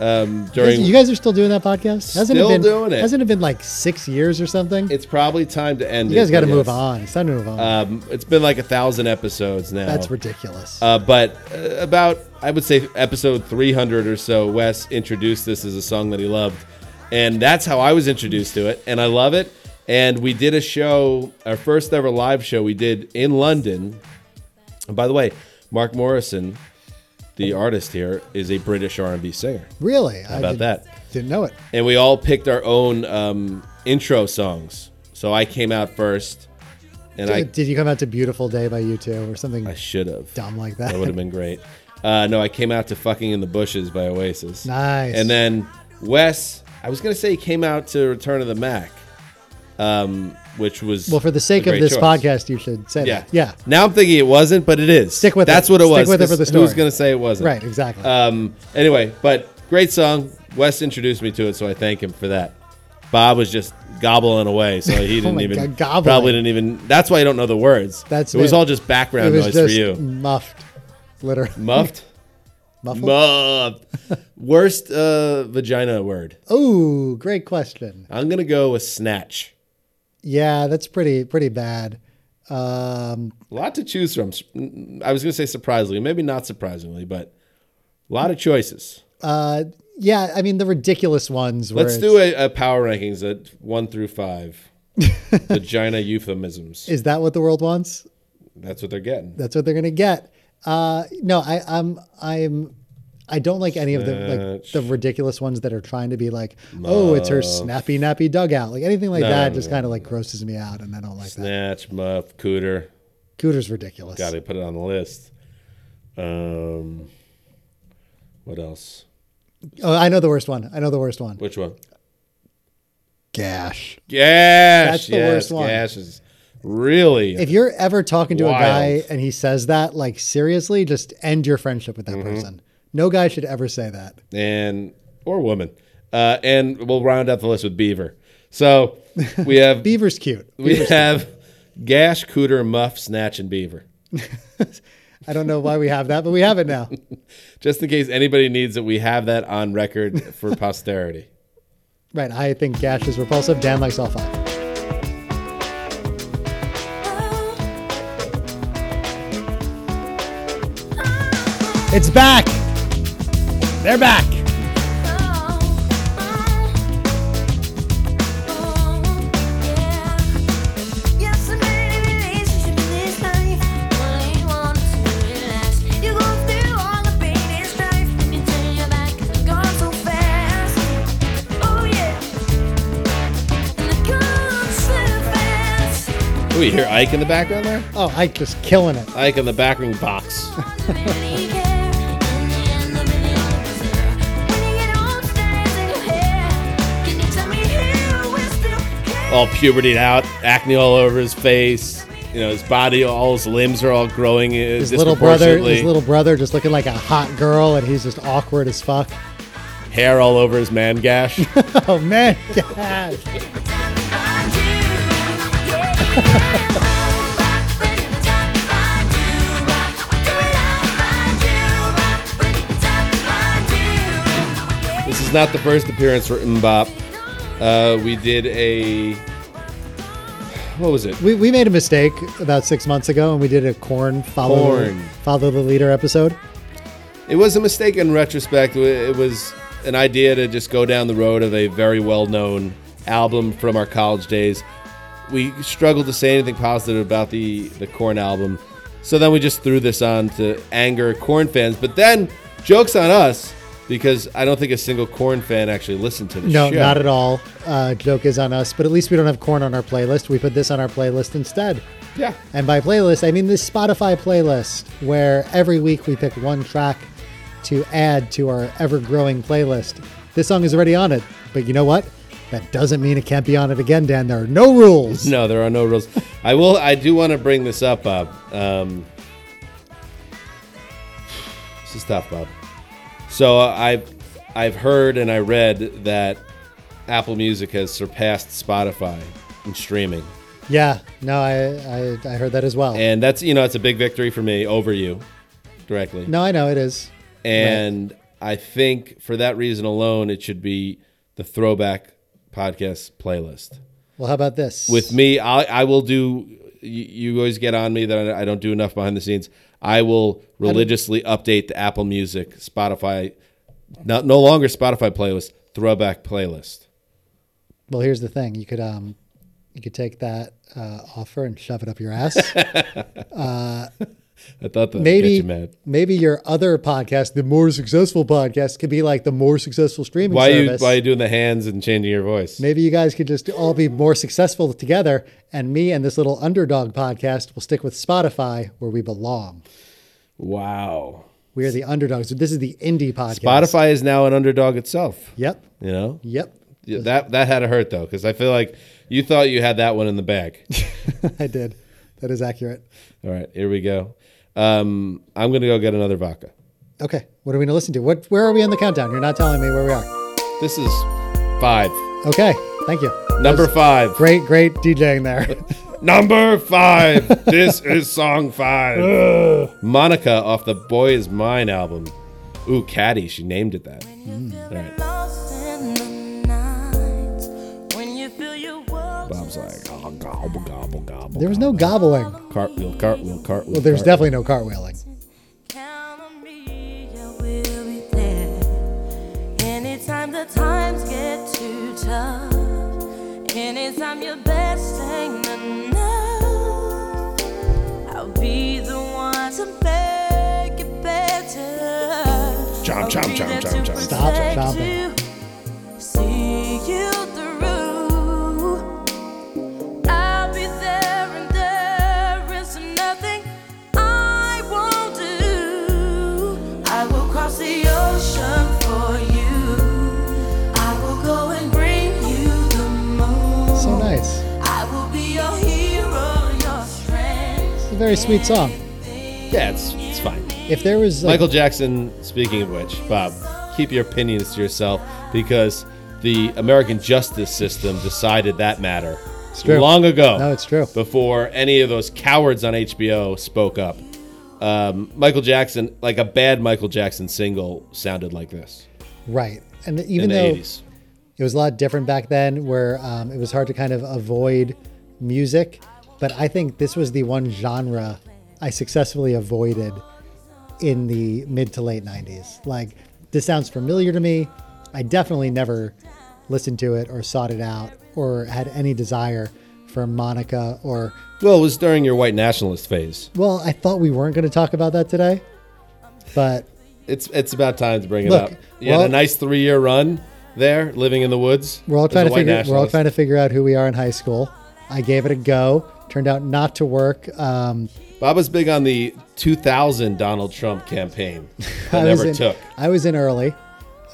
B: um, during
C: you guys are still doing that podcast?
B: Still
C: it been,
B: doing it.
C: Hasn't it been like six years or something?
B: it's probably time to end.
C: you guys
B: it,
C: got to
B: but
C: move
B: yes.
C: on. It's time to move on.
B: Um, it's been like a thousand episodes now.
C: That's ridiculous.
B: Uh, but uh, about I would say episode 300 or so, Wes introduced this as a song that he loved, and that's how I was introduced to it, and I love it. And we did a show, our first ever live show we did in London. And by the way, Mark Morrison, the artist here, is a British R&B singer.
C: really? I
B: about
C: did-
B: that?
C: Didn't know it.
B: and we all picked our own um, intro songs. So I came out first, and I
C: did you come out to "Beautiful Day" by you two or something
B: I should have.
C: dumb like that?
B: That would have been great. Uh, no, I came out to "Fucking in the Bushes" by Oasis.
C: Nice.
B: And then Wes, I was gonna say he came out to "Return of the Mac," um, which was
C: well, for the sake
B: a
C: of
B: great
C: this
B: choice.
C: podcast, you should say
B: Yeah,
C: that. Yeah.
B: Now I'm thinking it wasn't, but it is.
C: Stick with
B: That's
C: it.
B: what it
C: Stick
B: was.
C: with it for the
B: This- Who's
C: story.
B: gonna say it wasn't?
C: Right. Exactly.
B: Um, anyway, but great song. Wes introduced me to it, so I thank him for that. Bob was just gobbling away, so he didn't
C: Oh my
B: even
C: God, gobbling.
B: probably didn't even. That's why I don't know the words.
C: That's
B: it was
C: it.
B: all just background
C: it was
B: noise
C: just
B: for you.
C: muffed, literally
B: Muffed,
C: muffled.
B: muffed. Worst uh, vagina word.
C: oh, great question.
B: I'm gonna go with snatch.
C: Yeah, that's pretty pretty bad. Um,
B: A lot to choose from. I was gonna say surprisingly, maybe not surprisingly, but a lot of choices.
C: uh, yeah, I mean the ridiculous ones. Where
B: Let's
C: it's-
B: do a, a power rankings at one through five. vagina euphemisms.
C: Is that what the world wants?
B: That's what they're getting.
C: That's what they're gonna get. Uh, no, I, I'm I'm I don't like any of the like the ridiculous ones that are trying to be like, oh, it's her snappy nappy dugout, like anything like that. just kind of like grosses me out, and I don't like that.
B: Snatch, muff, cooter.
C: Cooter's ridiculous.
B: Got to put it on the list. Um, what else?
C: Oh, I know the worst one. I know the worst one.
B: Which one?
C: Gash.
B: Gash.
C: That's the
B: yes,
C: worst one.
B: Gash is really.
C: If you're ever talking to
B: Wild.
C: a guy and he says that, like seriously, just end your friendship with that
B: Mm-hmm.
C: person. No guy should ever say that.
B: and or woman. Uh, and we'll round out the list with Beaver. So we have
C: Beaver's cute.
B: we have Gash, Cooter, Muff, Snatch, and Beaver.
C: I don't know why we have that, but we have it now.
B: Just in case anybody needs it, we have that on record for posterity.
C: Right. I think Gash is repulsive. Dan likes all five.
I: Oh.
C: It's back. They're back.
B: Ooh, you hear Ike in the background there?
C: Oh, Ike just killing it.
B: Ike in the background box. all pubertied out, acne all over his face. You know, his body, all his limbs are all growing.
C: His little brother, his little brother, just looking like a hot girl, and he's just awkward as fuck.
B: hair all over his man gash.
C: Oh man, Gash.
B: this is not the first appearance for Mbop. Uh, we did a. What was it?
C: We, we made a mistake about six months ago, and we did a corn follow
B: Korn.
C: follow the leader episode.
B: It was a mistake in retrospect. It was an idea to just go down the road of a very well known album from our college days. We struggled to say anything positive about the, the Corn album. So then we just threw this on to anger Corn fans. But then, joke's on us because I don't think a single Corn fan actually listened to the
C: No,
B: show.
C: not at all. Uh, joke is on us, but at least we don't have corn on our playlist. We put this on our playlist instead.
B: Yeah.
C: And by playlist, I mean this Spotify playlist where every week we pick one track to add to our ever growing playlist. This song is already on it, but you know what? That doesn't mean it can't be on it again, Dan. There are no rules.
B: No, there are no rules. I will. I do want to bring this up, Bob. Um, this is tough, Bob. So uh, I've I've heard and I read that Apple Music has surpassed Spotify in streaming,
C: Yeah, no, I, I, I heard that as well.
B: and that's you know it's a big victory for me over you directly.
C: no, I know it is.
B: and I think for that reason alone, it should be the throwback podcast playlist.
C: Well, how about this?
B: with me I, I will do you, you always get on me that I, I don't do enough behind the scenes i will religiously update the apple music spotify not, no longer spotify playlist throwback playlist
C: Well, here's the thing: you could um, you could take that uh, offer and shove it up your ass.
B: i thought that would get
C: maybe
B: you mad
C: maybe your other podcast, the more successful podcast, could be like the more successful streaming
B: why are you
C: service.
B: why are you doing the hands and changing your voice
C: maybe you guys could just all be more successful together, and me and this little underdog podcast will stick with Spotify where we belong.
B: wow
C: We are the underdogs. This is the indie podcast.
B: spotify is now an underdog itself
C: Yep.
B: you know
C: Yep.
B: Yeah, that that had to hurt though because i feel like you thought you had that one in the bag
C: I did. That is accurate.
B: all right here we go um, i'm gonna go get another vodka
C: Okay. What are we going to listen to? What? Where are we on the countdown? You're not telling me where we are.
B: this is five
C: Okay. Thank you.
B: number five
C: Great, great DJing there.
B: Number five. this is song five. Monica off the Boy Is Mine album. Ooh, Caddy. She named it that. Bob's like, oh, gobble, gobble, gobble.
C: There was no gobbling.
B: Cartwheel, cartwheel, cartwheel.
C: Well, there's
B: cartwheel.
C: definitely no cartwheeling.
E: Count on me, I will be there. Anytime the times get too tough, anytime your best ain't enough, I'll be the one to make it
J: Oh.
E: better.
F: Chomp, chomp, chomp, chomp, chomp.
C: Stop chomping.
E: See you through. I'll be there and there is nothing I won't do. I will cross the ocean for you. I will go and bring you the moon.
C: So nice.
E: I will be your hero, your strength.
C: It's a very sweet song.
B: Yeah, it's, it's fine.
C: If there was like,
B: Michael Jackson, speaking of which, Bob, keep your opinions to yourself because the American justice system decided that matter
C: true.
B: long ago.
C: No, it's true.
B: Before any of those cowards on HBO spoke up. Um, Michael Jackson, like a bad Michael Jackson single, sounded like this
C: right, and even
B: in
C: though
B: the 80s.
C: it was a lot different back then, where um, it was hard to kind of avoid music, but I think this was the one genre I successfully avoided in the mid to late '90s. Like, this sounds familiar to me. I definitely never listened to it or sought it out or had any desire for Monica or
B: Well, it was during your white nationalist phase.
C: Well, I thought we weren't going to talk about that today, but
B: It's it's about time to bring it
C: Look,
B: up. You had
C: well-
B: a nice three year run there, living in the woods.
C: we're all
B: as a
C: trying to
B: white
C: figure we're all
B: nationalist.
C: trying to figure out who we are in high school. I gave it a go. Turned out not to work. Um,
B: Bob was big on the 2000 Donald Trump campaign. That
C: I was
B: never
C: in,
B: took.
C: I was in early,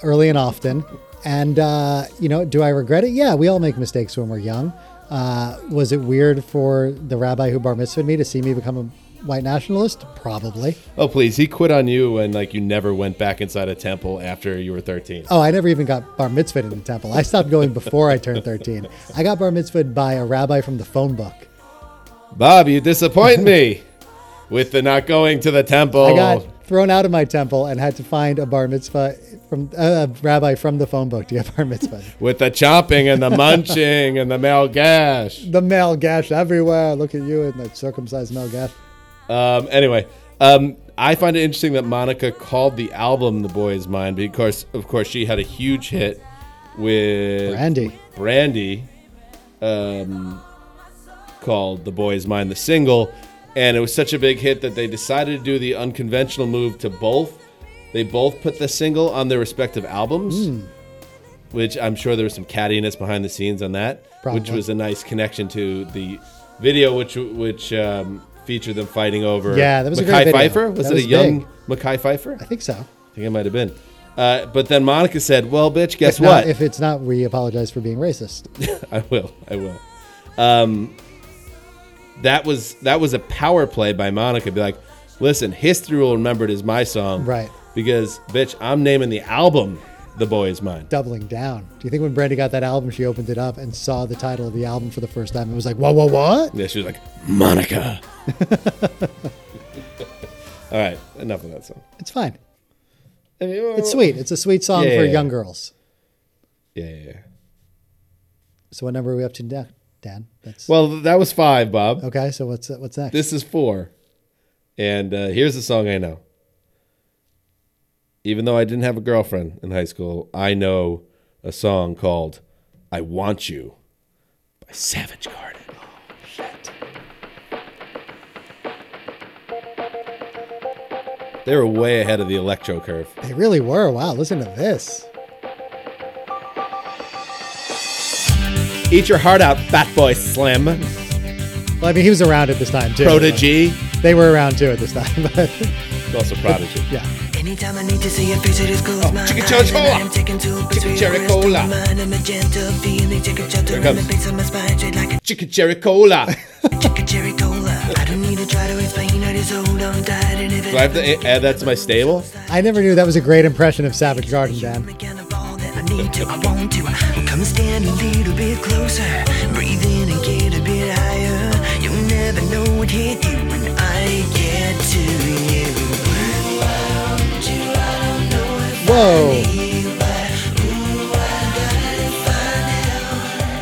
C: early and often. And uh, you know, do I regret it? Yeah, we all make mistakes when we're young. Uh, was it weird for the rabbi who bar mitzvahed me to see me become a white nationalist? Probably.
B: Oh please, he quit on you and like you never went back inside a temple after you were 13.
C: Oh, I never even got bar mitzvahed in the temple. I stopped going before I turned 13. I got bar mitzvahed by a rabbi from the phone book.
B: Bob, you disappoint me with the not going to the temple.
C: I got thrown out of my temple and had to find a bar mitzvah from uh, a rabbi from the phone book to get bar mitzvah.
B: with the chomping and the munching and the male gash.
C: the male gash everywhere. Look at you in that circumcised male gash.
B: Um, anyway, um, I find it interesting that Monica called the album "The Boy Is Mine" because, of course, she had a huge hit with
C: Brandy.
B: Brandy, um, called "The Boy Is Mine," the single, and it was such a big hit that they decided to do the unconventional move to both. They both put the single on their respective albums,
C: Hmm.
B: which I'm sure there was some cattiness behind the scenes on that, which
C: Probably.
B: was a nice connection to the video, which which um, featured them fighting over.
C: Yeah, that was a
B: Mekhi
C: great video.
B: Pfeiffer. Was
C: That
B: it
C: was
B: a young
C: big.
B: Mackay Pfeiffer?
C: I think so.
B: I think it might have been. Uh, but then Monica said, "Well, bitch, guess
C: If not-
B: what?
C: if it's not, we apologize for being racist.
B: I will. I will. Um, that was that was a power play by Monica. Be like, listen, history will remember it as my song,
C: Right.
B: Because, bitch, I'm naming the album "The Boy Is Mine."
C: Doubling down. Do you think when Brandy got that album, she opened it up and saw the title of the album for the first time and was like, whoa, whoa, what?
B: Yeah, she was like, Monica. All right, enough of that song.
C: It's fine.
B: I mean,
C: It's sweet. It's a sweet song
B: Yeah,
C: for
B: yeah,
C: young
B: yeah.
C: girls.
B: Yeah, yeah, yeah.
C: So what number are we up to now, Dan? That's
B: Well, that was five, Bob.
C: okay. So what's what's next?
B: This is four. And uh, here's a song I know. Even though I didn't have a girlfriend in high school, I know a song called I Want You by Savage Garden. They were way ahead of the electro curve.
C: they really were. Wow. Listen to this.
B: Eat your heart out, Fat Boy Slim.
C: Well, I mean, he was around at this time too.
B: Prodigy.
C: They were around too at this time. But
B: Also Prodigy.
C: yeah.
E: Anytime I need to see your face, it is close my
B: Chicka
E: eyes
B: Chola.
E: And I'm taken to a place where your rest
B: Chicka
E: of
B: Chola.
E: mine And a gentle feeling, Chicka
B: Here
E: Chola.
B: it
E: And the
B: comes.
E: face of my spine, straight like a
B: Chicken Cherry Cola.
E: Chicka Cherry Cola. I don't need to try to explain, I just hold on tight. And if
B: Do I have to a- add that to my stable?
C: I never knew that was a great impression of Savage Garden, Dan.
E: I need to, I want to. Come stand a little bit closer. Breathe in and get a bit higher. You'll never know what hit you when I get to you.
C: Whoa.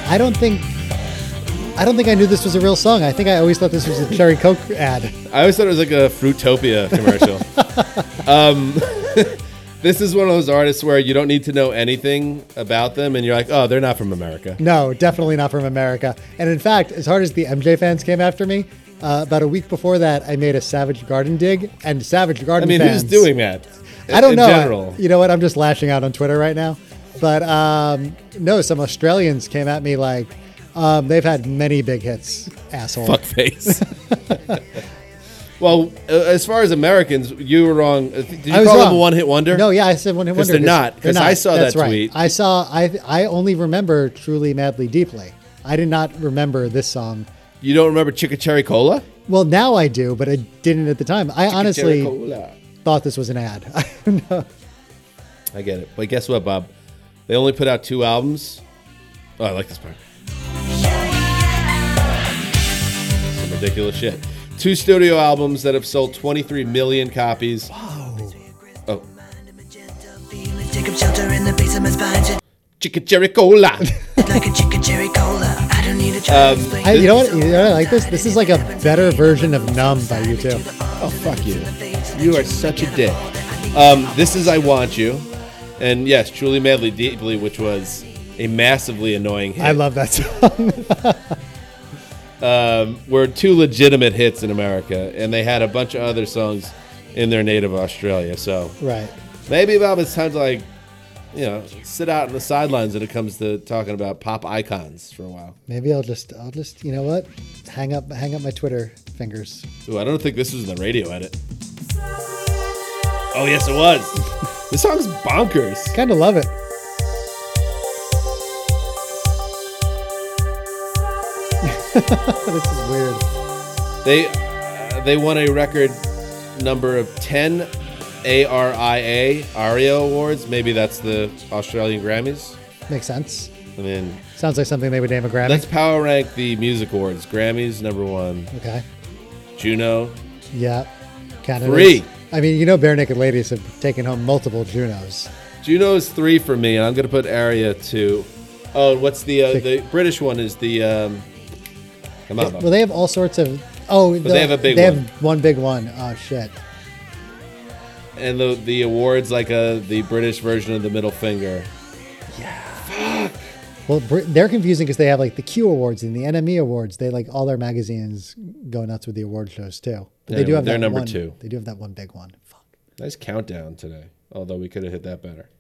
C: I don't think. I don't think I knew this was a real song. I think I always thought this was a Cherry Coke ad.
B: I always thought it was like a Fruitopia commercial. um, this is one of those artists where you don't need to know anything about them, and you're like, oh, they're not from America.
C: No, definitely not from America. And in fact, as hard as the MJ fans came after me, uh, about a week before that, I made a Savage Garden dig, and Savage
B: I
C: Garden.
B: mean, who's
C: fans-
B: doing that?
C: I don't
B: in
C: know.
B: General,
C: You know what? I'm just lashing out on Twitter right now. But um, no, some Australians came at me like um, they've had many big hits, asshole.
B: fuckface. well, uh, as far as Americans, you were wrong. Uh, Did you
C: I was
B: call them
C: wrong.
B: a one-hit wonder?
C: No, yeah, I said one hit wonder.
B: they're not, 'cause I saw
C: That's
B: that
C: right.
B: tweet.
C: I saw. I I only remember truly, madly, deeply. I did not remember this song.
B: You don't remember Chicka Cherry Cola?
C: Well, now I do, but I didn't at the time. I
B: Cherry
C: honestly
B: Cola.
C: thought this was an ad.
B: I get it. But guess what, Bob? They only put out two albums. Oh, I like this part. Some ridiculous shit. Two studio albums that have sold 23 million copies. Oh,
E: Take up shelter in the face of my spine, just
B: Chicka Cherry Cola.
E: like a Chicka Cherry Cola. I don't need to try to explain.
C: I, you know what? You know what I like this. This is like a better version of "Numb" by you two.
B: oh, fuck you. You are such a dick. Um, this is I Want You. And yes, Truly Madly Deeply, which was a massively annoying hit.
C: I love that song.
B: were two legitimate hits in America, and they had a bunch of other songs in their native Australia. So
C: right.
B: maybe Bob, it's time to like, you know, sit out on the sidelines when it comes to talking about pop icons for a while.
C: Maybe I'll just I'll just you know what? Hang up hang up my Twitter fingers.
B: Ooh, I don't think this was in the radio edit. Oh yes, it was. this song's bonkers.
C: Kind of love it. this is weird.
B: They uh, they won a record number of ten ARIA ARIA awards. Maybe that's the Australian Grammys.
C: Makes sense.
B: I mean,
C: Sounds like something they would name a Grammy.
B: let's power rank the music awards. Grammys number one.
C: okay.
B: Juno.
C: Yeah. Canada.
B: Three.
C: I mean, you know, Bare Naked Ladies have taken home multiple Junos.
B: Juno is three for me, and I'm gonna put Aria two. Oh, what's the uh,
C: Six.
B: the British one? Is the um, come on, Bob.
C: Well, they have all sorts of. Oh,
B: they have a big
C: They
B: one.
C: have one big one. Oh shit.
B: and the the awards like a the British version of the middle finger.
C: Well, Br- they're confusing because they have like the Q Awards and the NME Awards. They like all their magazines go nuts with the award shows too. But they
B: Yeah,
C: do have
B: they're
C: that
B: number
C: one-
B: two.
C: They do have that one big one. Fuck.
B: Nice countdown today. Although we could have hit that better.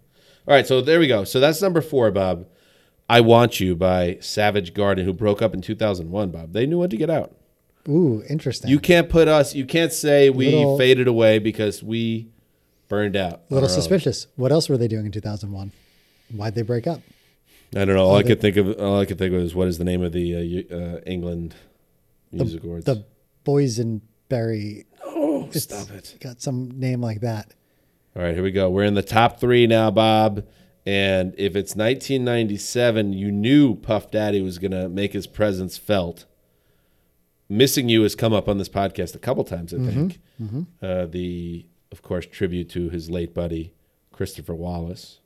B: All right, so there we go. So that's number four, Bob. I Want You by Savage Garden, who broke up in 2001, Bob. They knew when to get out.
C: Ooh, interesting.
B: You can't put us, you can't say we
C: Little-
B: faded away because we burned out.
C: a little
B: on our own.
C: suspicious. What else were they doing in 2001? Why'd they break up?
B: I don't know. All I could think of, all I could think of was what is the name of the uh, U- uh, England Music Awards?
C: The Boysenberry.
B: oh, stop it.
C: Got some name like that.
B: All right, here we go. We're in the top three now, Bob. And if it's 1997, you knew Puff Daddy was going to make his presence felt. Missing You has come up on this podcast a couple times, I
C: Mm-hmm,
B: think. Uh, the, of course, tribute to his late buddy, Christopher Wallace,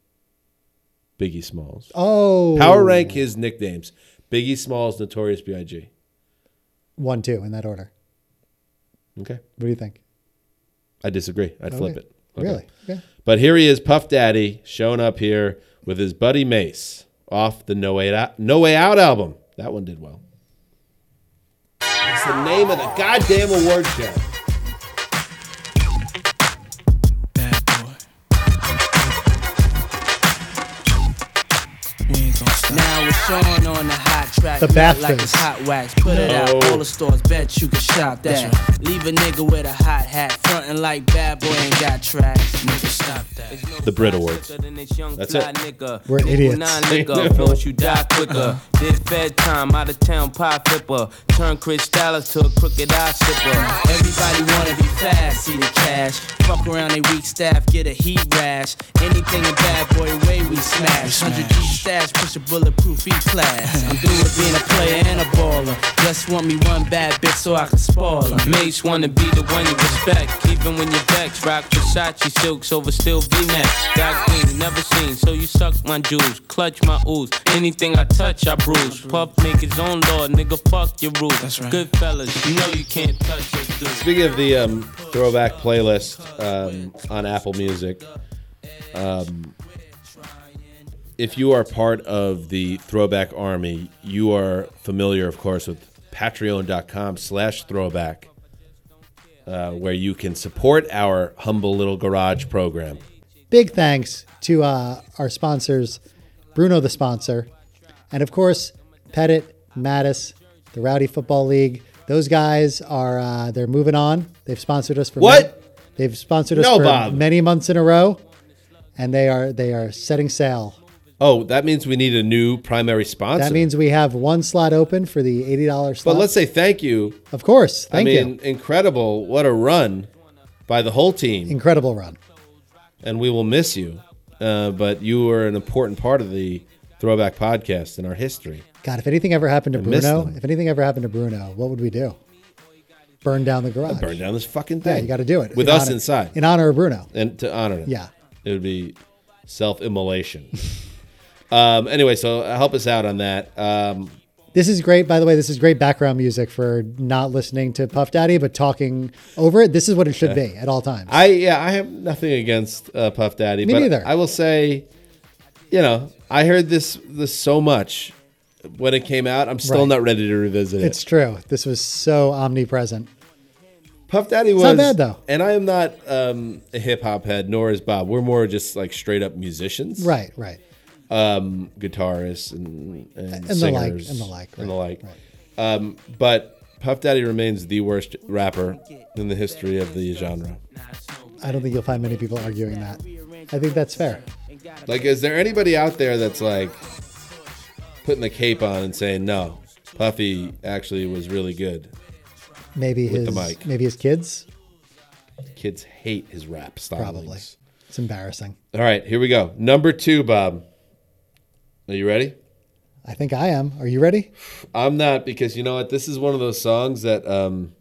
B: Biggie Smalls.
C: Oh,
B: Power rank his nicknames Biggie Smalls, Notorious B.I.G.
C: One, two in that order.
B: Okay.
C: What do you think?
B: I disagree. I'd flip it. Okay.
C: Really? Yeah.
B: But here he is, Puff Daddy, showing up here with his buddy Mace off the No Way Out, no Way Out album. That one did well. It's the name of the goddamn award show.
K: bad boy. We ain't gonna stop. Now it's Sean on the hot track.
C: The
K: Melt
C: Baptist.
K: like it's hot wax. Put it out.
B: No.
K: All the stores bet you can shop that. Leave a nigga with a hot hat, frontin' like bad boy ain't got tracks. Nigga, stop that.
B: The Brit Awards. That's
K: That's
B: it.
K: Nigga.
C: We're
K: Google
C: idiots.
K: nine Nigga, don't you die quicker. This bedtime, out of town pie flipper. Turn Chris Dallas to a crooked eye sipper. Everybody wanna be fast, see the cash. Fuck around they weak staff, get a heat rash. Anything a bad boy way we smash. 100 G stash, push a bulletproof E class. I'm through with being a player and a baller. Just want me one bad bitch so I can spoil her. Mace wanna be the one you respect, even when you're vexed. Rock Versace silks over still V-necks. Got green, never seen, so you suck my juice. Clutch my ooze, anything I touch I bruise. Puff make his own law, nigga fuck your rules. Good fellas, you know you can't touch us, dude.
B: Speaking of the um, throwback playlist um, on Apple Music, um, if you are part of the Throwback Army, you are familiar, of course, with patreon.com slash throwback, uh, where you can support our humble little garage program.
C: Big thanks to uh, our sponsors, Bruno the sponsor, and of course Pettit, Mattis, the Rowdy Football League. Those guys are uh, they're moving on. They've sponsored us for
B: What?
C: many- they've sponsored us
B: No,
C: for
B: Bob.
C: many months in a row, and they are they are setting sail.
B: Oh, that means we need a new primary sponsor.
C: That means we have one slot open for the eighty dollars slot.
B: But let's say thank you.
C: of course, thank
B: I mean,
C: you.
B: incredible. What a run by the whole team.
C: Incredible run.
B: and we will miss you. Uh, but you were an important part of the Throwback Podcast in our history.
C: God, if anything ever happened to
B: miss
C: Bruno,
B: them.
C: if anything ever happened to Bruno, what would we do? Burn down the garage.
B: Burn down this fucking thing.
C: Yeah, you got to do it
B: with
C: In
B: us
C: honor-
B: inside,
C: in honor of Bruno.
B: and to honor it.
C: Yeah.
B: it would be self-immolation. um, anyway, so help us out on that. Um,
C: This is great, by the way. This is great background music for not listening to Puff Daddy, but talking over it. This is what it should be at all times.
B: I yeah, I have nothing against uh, Puff Daddy.
C: Me
B: but
C: neither.
B: I will say, you know, I heard this this so much when it came out. I'm still
C: Right.
B: not ready to revisit it.
C: it's true. This was so omnipresent.
B: Puff Daddy was
C: not bad, though.
B: and I am not um, a hip hop head, nor is Bob. We're more just like straight up musicians,
C: Right, right.
B: Um, guitarists and and,
C: And the like,
B: singers
C: and the like,
B: and the
C: right,
B: like. Um, but Puff Daddy remains the worst rapper in the history of the genre.
C: I don't think you'll find many people arguing that. I think that's fair.
B: Like, is there anybody out there that's like putting the cape on and saying no? Puffy actually was really good.
C: Maybe
B: With the
C: his,
B: mic.
C: maybe his kids.
B: Kids hate his rap style.
C: Probably. It's embarrassing.
B: All right, here we go. Number two, Bob. Are you ready?
C: I think I am. Are you ready?
B: I'm not because you know what? This is one of those songs that um,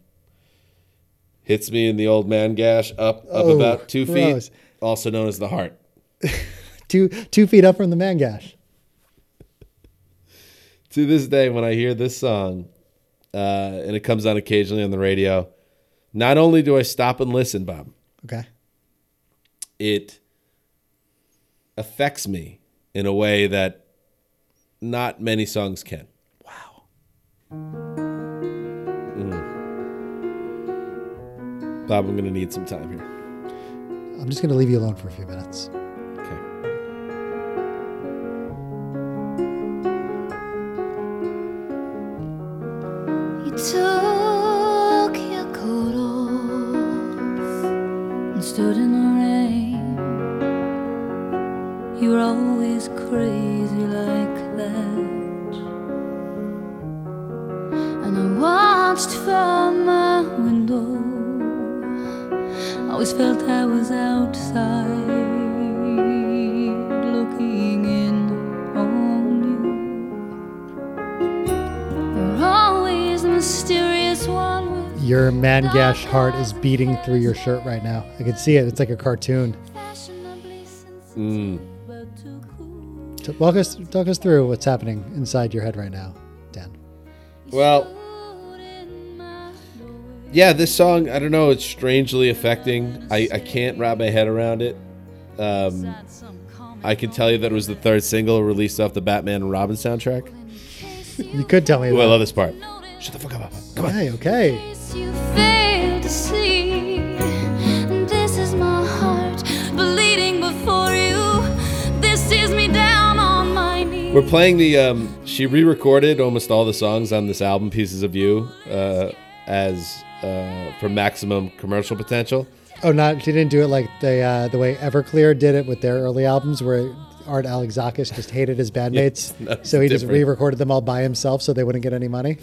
B: hits me in the old man gash up up
C: Oh,
B: about two
C: gross.
B: feet, also known as the heart.
C: Two two feet up from the man gash.
B: To this day, when I hear this song, uh, and it comes on occasionally on the radio, not only do I stop and listen, Bob,
C: Okay.
B: it affects me in a way that not many songs can. Mm. Wow. Bob, I'm gonna need some time here.
C: I'm just going to leave you alone for a few minutes.
J: You took your coat off and stood in the rain. You were always crazy like that. And I watched from my window. I always felt I was outside looking in on you. You're always the mysterious one with
C: Your man gash heart is beating through your shirt right now. I can see it. It's like a cartoon.
B: Mm.
C: T- Walk us, talk us through what's happening inside your head right now.
B: Well, yeah, this song, I don't know, it's strangely affecting. I, I can't wrap my head around it. Um, I can tell you that it was the third single released off the Batman and Robin soundtrack.
C: You could tell me.
B: Ooh, I
C: that.
B: love this part.
C: Okay, okay.
J: fail to see. This is my heart bleeding before you. This is me down on my knees.
B: We're playing the. Um, she re-recorded almost all the songs on this album, "Pieces of You," uh, as uh, for maximum commercial potential.
C: Oh, not she didn't do it like the uh, the way Everclear did it with their early albums, where Art Alexakis just hated his bandmates,
B: Yes, that's
C: so he just
B: different.
C: re-recorded them all by himself, so they wouldn't get any money.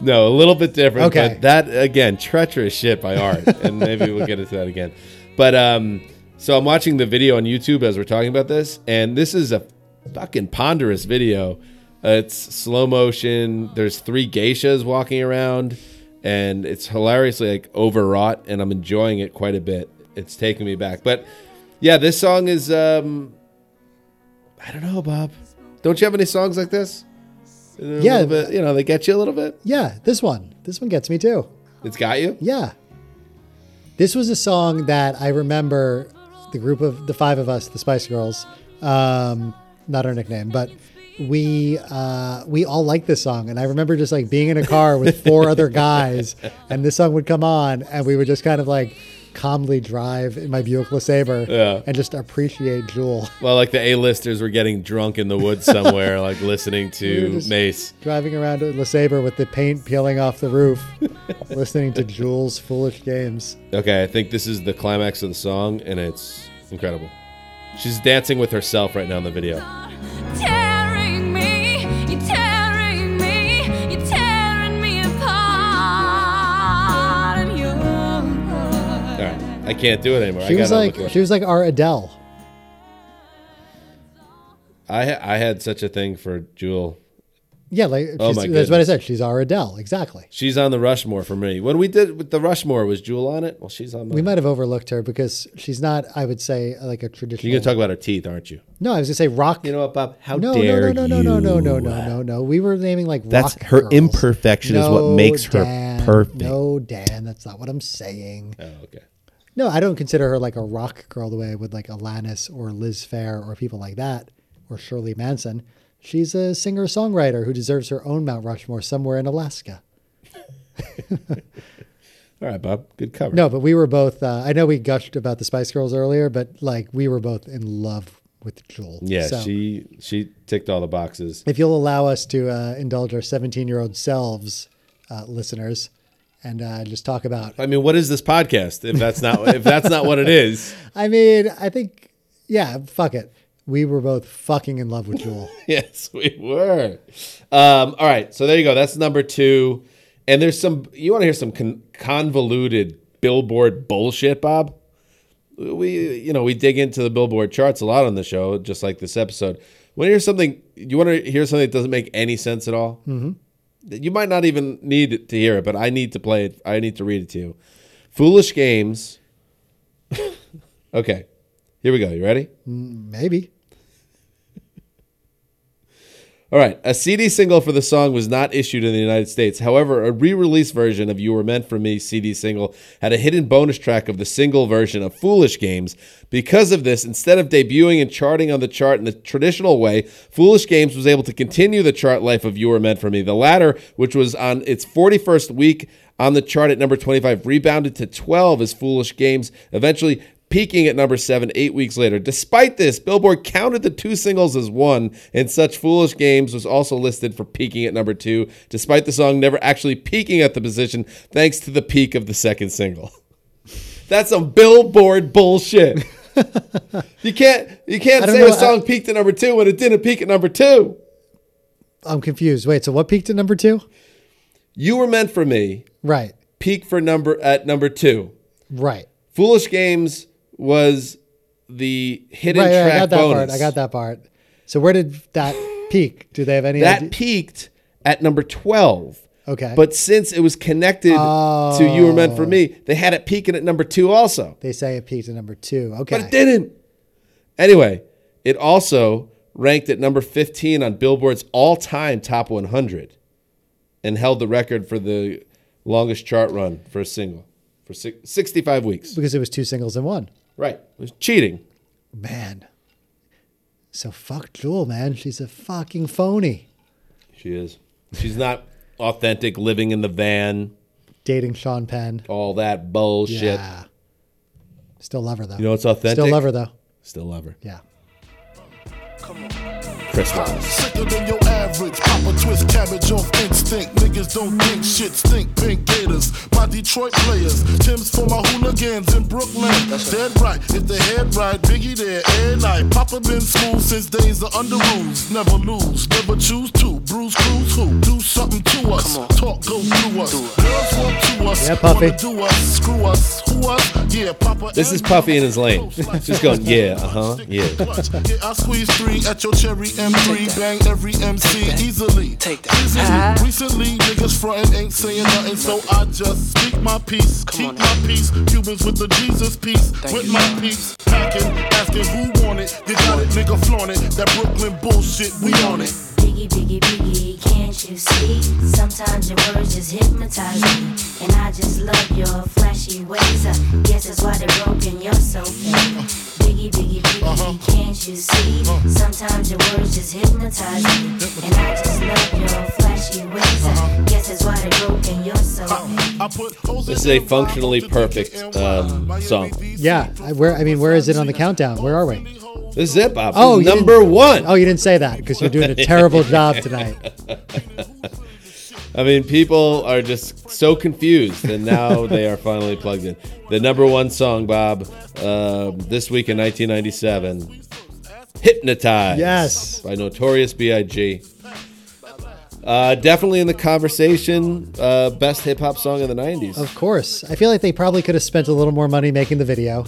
B: No, a little bit different.
C: Okay.
B: But that again, treacherous shit by Art, and maybe we'll get into that again. But um, so I'm watching the video on YouTube as we're talking about this, and this is a fucking ponderous video. Uh, it's slow motion. There's three geishas walking around, and it's hilariously like overwrought, and I'm enjoying it quite a bit. It's taking me back, but yeah, this song is um, I don't know, Bob. Don't you have any songs like this? A little
C: Yeah.
B: bit- you know they get you a little bit.
C: Yeah, this one, this one gets me too.
B: It's got you.
C: Yeah. This was a song that I remember the group of the five of us, the Spice Girls, um, not our nickname, but we uh, we all liked this song. And I remember just like being in a car with four other guys, and this song would come on, and we would just kind of like calmly drive in my Buick LeSabre
B: Yeah.
C: and just appreciate Jewel.
B: Well, like the A-listers were getting drunk in the woods somewhere, like listening
C: We
B: to
C: were just
B: Mace.
C: Driving around LeSabre with the paint peeling off the roof, listening to Jewel's Foolish Games.
B: Okay, I think this is the climax of the song, and it's incredible. She's dancing with herself right now in the video.
J: tearing me, you're tearing me, you're tearing me apart. And you're
B: All right, I can't do it anymore.
C: She
B: I
C: was
B: gotta
C: like
B: look it up.
C: she was like our Adele.
B: I ha- I had such a thing for Jewel.
C: Yeah, like
B: Oh
C: she's-
B: my
C: that's what I
B: goodness.
C: said. She's our Adele, exactly.
B: She's on the Rushmore for me. When we did with the Rushmore, was Jewel on it? Well, she's on.
C: We
B: The-
C: might have overlooked her because she's not, I would say, like a traditional.
B: You're gonna talk about her teeth, aren't you?
C: no, I was gonna say rock.
B: You know what, Bob? How
C: no,
B: dare
C: no, no, no, no, no, no, no, no,
B: you.
C: no, no. We were naming like
B: That's-
C: rock
B: her
C: girls.
B: imperfection is what
C: No,
B: makes her
C: Dan.
B: perfect.
C: No, Dan, that's not what I'm saying.
B: Oh, okay.
C: No, I don't consider her like a rock girl the way I would like Alanis or Liz Fair or people like that or Shirley Manson. She's a singer songwriter who deserves her own Mount Rushmore somewhere in Alaska.
B: All right, Bob. Good cover.
C: No, but we were both. Uh, I know we gushed about the Spice Girls earlier, but like we were both in love with Jewel.
B: Yeah,
C: So
B: she she ticked all the boxes.
C: If you'll allow us to uh, indulge our 17 year old selves, uh, listeners, and uh, just talk about.
B: I mean, what is this podcast if that's not if that's not what it is?
C: I mean, I think, yeah, fuck it. We were both fucking in love with Jewel.
B: yes, we were. Um, all right, so there you go. That's number two. And there's some. You want to hear some con- convoluted Billboard bullshit, Bob? We, you know, we dig into the Billboard charts a lot on the show, just like this episode. Want to hear something? You want to hear something that doesn't make any sense at all?
C: Mhm.
B: You might not even need to hear it, but I need to play it. I need to read it to you. Foolish Games. okay, here we go. You ready?
C: Mm, Maybe.
B: All right. A CD single for the song was not issued in the United States. However, a re release version of You Were Meant for Me CD single had a hidden bonus track of the single version of Foolish Games. Because of this, instead of debuting and charting on the chart in the traditional way, Foolish Games was able to continue the chart life of You Were Meant for Me. The latter, which was on its 41st week on the chart at number 25, rebounded to 12 as Foolish Games eventually peaking at number seven eight weeks later. Despite this, Billboard counted the two singles as one, and Such Foolish Games was also listed for peaking at number two, despite the song never actually peaking at the position thanks to the peak of the second single. That's some Billboard bullshit. you can't you can't
C: I don't
B: say
C: know,
B: a song peaked at number two when it didn't peak at number two.
C: I'm confused. Wait, so what peaked at number two?
B: You were meant for me.
C: Right.
B: Peak for number at number two.
C: Right.
B: Foolish Games was the hidden
C: right,
B: track
C: I got that
B: bonus.
C: part. I got that part. So where did that peak? Do they have any
B: that
C: idea?
B: peaked at number 12
C: Okay.
B: but since it was connected to you were meant for me
C: Oh.
B: they had it peaking at number two also
C: they say it peaked at number two. Okay.
B: but it didn't anyway it also ranked at number 15 on billboard's all-time top 100 and held the record for the longest chart run for a single for six, 65 weeks
C: because it was two singles in one.
B: right it was cheating
C: Man. So fuck Jewel, man. She's a fucking phony.
B: she is she's not authentic living in the van
C: Dating Sean Penn.
B: all that bullshit
C: Yeah. Still love her though.
B: You know what's authentic?
C: Still love her though.
B: Still love her.
C: Yeah.
B: Chris Wallace.
L: Sicker than your average. Pop a twist cabbage off instinct. Niggas don't think shit. Stink pink gators. My Detroit players. Tim's for my hooligans in Brooklyn. Dead right. If they head right, Biggie there. Air night. Papa been school since days of under rules. Never lose. Never choose to. Bruce Cruz who? Do something to us. Talk go through us. Girls want to us.
B: Yeah, Puffy.
L: Wanna do us. Screw us. Who us? Yeah, Papa.
B: This is Puffy in his lane. Just going, yeah, uh huh, yeah.
L: Yeah, I squeeze three at your cherry M3. Bang every MC easily. Take that. Easily. Recently, niggas frontin' ain't saying nothing, so I just speak my peace. keep my peace. Cubans with the Jesus peace. with my peace. Packing, asking who want it. You got it, nigga, flaunt it. That Brooklyn bullshit, we on it.
M: Biggie, biggie, biggie, can't you see? Sometimes your words just hypnotize me. And I just love your flashy ways. I guess that's why they're broken, you're so fake. Biggie, biggie, biggie, can't you see? Sometimes your words just hypnotize me. And I just love your flashy ways. I guess that's why they're broken, you're so fake.
B: This is a functionally perfect um, song.
C: Yeah. I, where I mean, where is it on the countdown? Where are we?
B: This is it, Bob.
C: Oh,
B: Oh,
C: you didn't-
B: number one.
C: Oh, you didn't say that because you're doing a terrible job tonight.
B: I mean, people are just so confused, and now they are finally plugged in. The number one song, Bob, uh, this week in 1997, "Hypnotized."
C: Yes.
B: by Notorious B.I.G. Uh, definitely in the conversation, uh, best hip hop song of the 90s.
C: Of course. I feel like they probably could have spent a little more money making the video.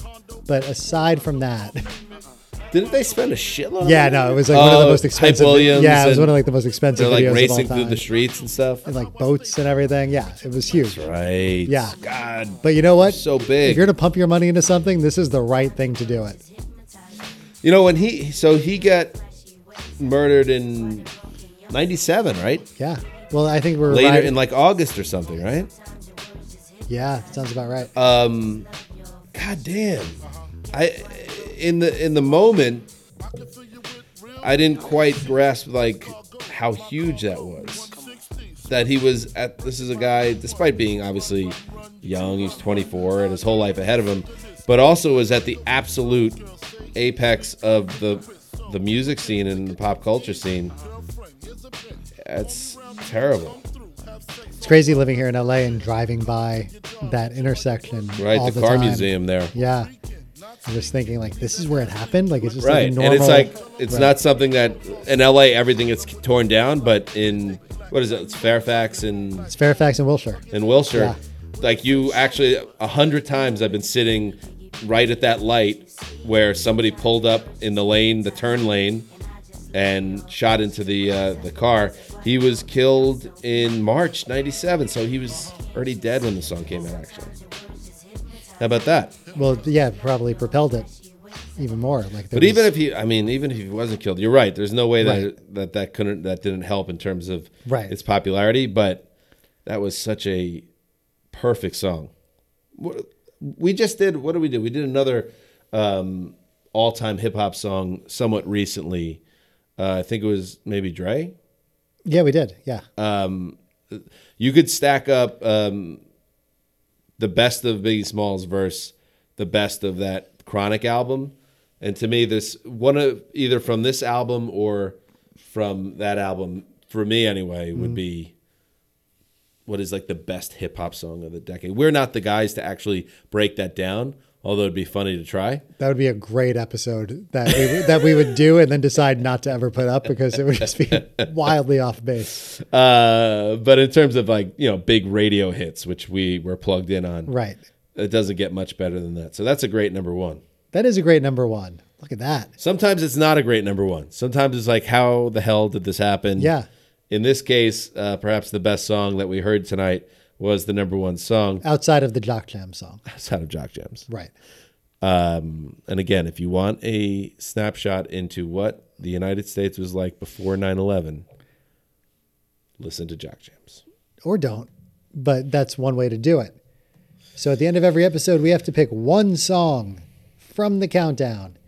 C: But aside from that,
B: Didn't they spend a shitload?
C: yeah, no, it was like one of the
B: Oh,
C: most
B: Hype
C: expensive.
B: Williams
C: yeah, it was
B: and
C: one of like the most expensive
B: They're like
C: videos of all
B: racing
C: time.
B: through the streets and stuff.
C: and like boats and everything. Yeah, it was huge.
B: Right.
C: Yeah.
B: God.
C: But you know what?
B: So big.
C: If you're to pump your money into something, this is the right thing to do it.
B: You know when he so he got murdered in '97, right?
C: Yeah. Well, I think we're
B: Later
C: right.
B: in like August or something, right?
C: yeah, sounds about right.
B: Um, God damn. I in the in the moment, I didn't quite grasp like how huge that was. That he was at. This is a guy, despite being obviously young, he's 24 and his whole life ahead of him, but also was at the absolute apex of the the music scene and the pop culture scene. That's terrible.
C: It's crazy living here in LA and driving by that intersection.
B: Right,
C: all
B: the car
C: time.
B: museum there.
C: Yeah. I'm just thinking like this is where it happened. Like it's just like
B: right
C: a normal.
B: and it's like it's
C: Right.
B: not something that in la everything gets torn down but in what is it it's fairfax and
C: It's Fairfax and Wilshire.
B: and wilshire
C: Yeah.
B: like you actually a hundred times i've been sitting right at that light where somebody pulled up in the lane the turn lane and shot into the uh, the car he was killed in march 97 so he was already dead when the song came out actually how about that
C: Well, yeah, probably propelled it. even more. Like, there
B: But
C: was-
B: even if he, I mean, even if he wasn't killed, you're right. There's no way that that that couldn't that didn't help in terms of
C: Right.
B: its popularity. But that was such a perfect song. What- We just did. What did we do? We did another um, all-time hip hop song somewhat recently. Uh, I think it was maybe Dre.
C: yeah, we did. Yeah,
B: Um, you could stack up um, the best of Biggie Smalls versus the best of that Chronic album, and to me, this one of either from this album or from that album, for me anyway, would
N: Mhm.
B: be what is like the best hip hop song of the decade. We're not the guys to actually break that down, although it'd be funny to try.
C: that would be a great episode that we, that we would do and then decide not to ever put up because it would just be wildly off base.
B: Uh, but in terms of like you know big radio hits, which we were plugged in on,
C: Right.
B: It doesn't get much better than that. So that's a great number one.
C: That is a great number one. Look at that.
B: Sometimes it's not a great number one. Sometimes it's like, how the hell did this happen?
C: Yeah.
B: In this case, uh, perhaps the best song that we heard tonight was the number one song
C: Outside of the Jock Jam song,
B: outside of Jock Jams.
C: right?
B: Um, and again, if you want a snapshot into what the United States was like before 9 11, listen to Jock Jams.
C: Or don't, but that's one way to do it. So at the end of every episode, we have to pick one song from the countdown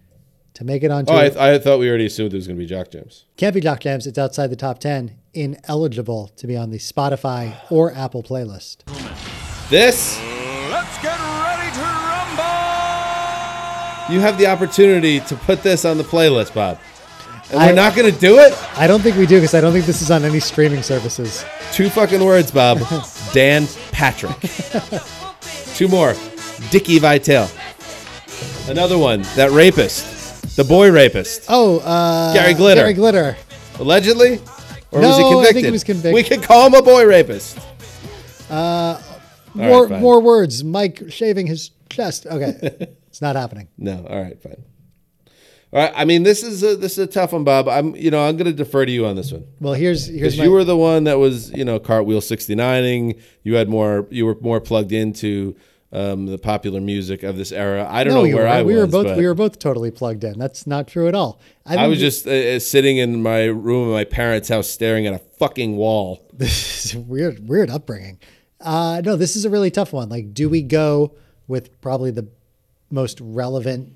C: to make it onto.
B: Oh, I, I thought we already assumed it was going to be Jock Jams.
C: Can't be Jock Jams. It's outside the top ten, ineligible to be on the Spotify or Apple playlist.
B: This.
D: Let's get ready to
B: You have the opportunity to put this on the playlist, Bob. And
C: I-
B: we're not going to do it?
C: I don't think we do because I don't think this is on any streaming services.
B: Two fucking words, Bob. Dan Patrick. Two more. Dickie Vitale. Another one. That rapist. The boy rapist.
C: Oh, uh,
B: Gary Glitter.
C: Gary Glitter.
B: Allegedly? Or was he
C: No, I think
B: convicted?
C: he was convicted.
B: We could call him a boy rapist.
C: Uh,
B: right,
C: more
B: fine.
C: more words. Mike shaving his chest. Okay, it's not happening.
B: No. All right. Fine. All right. I mean, this is a, this is a tough one, Bob. I'm you know I'm going to defer to you on this one.
C: Well, here's here's
B: Because
C: my,
B: you were the one that was, you know, cartwheel 69ing. You had more, you were more plugged into um, the popular music of this era. I don't
C: No,
B: know
C: you
B: where
C: were
B: I
C: right.
B: was.
C: we were both
B: but
C: we were both totally plugged in. That's not true at all.
B: I,
C: think
B: was
C: we-
B: just uh, uh, sitting in my room at my parents' house staring at a fucking wall.
C: This is weird weird upbringing. Uh, no, this is a really tough one. Like, do we go with probably the most relevant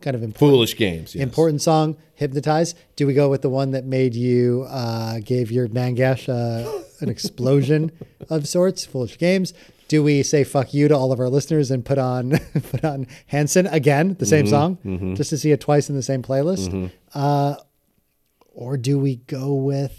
C: kind of important,
B: Foolish games. yes.
C: important song, "Hypnotize"? Do we go with the one that made you uh, gave your mangash uh, an explosion of sorts? Foolish games. Do we say "fuck you" to all of our listeners and put on put on Hanson again, the
B: Mm-hmm.
C: same
N: Mhm,
C: song,
N: mhm.
C: just to see it twice in the same playlist?
N: Mhm.
C: Uh, or do we go with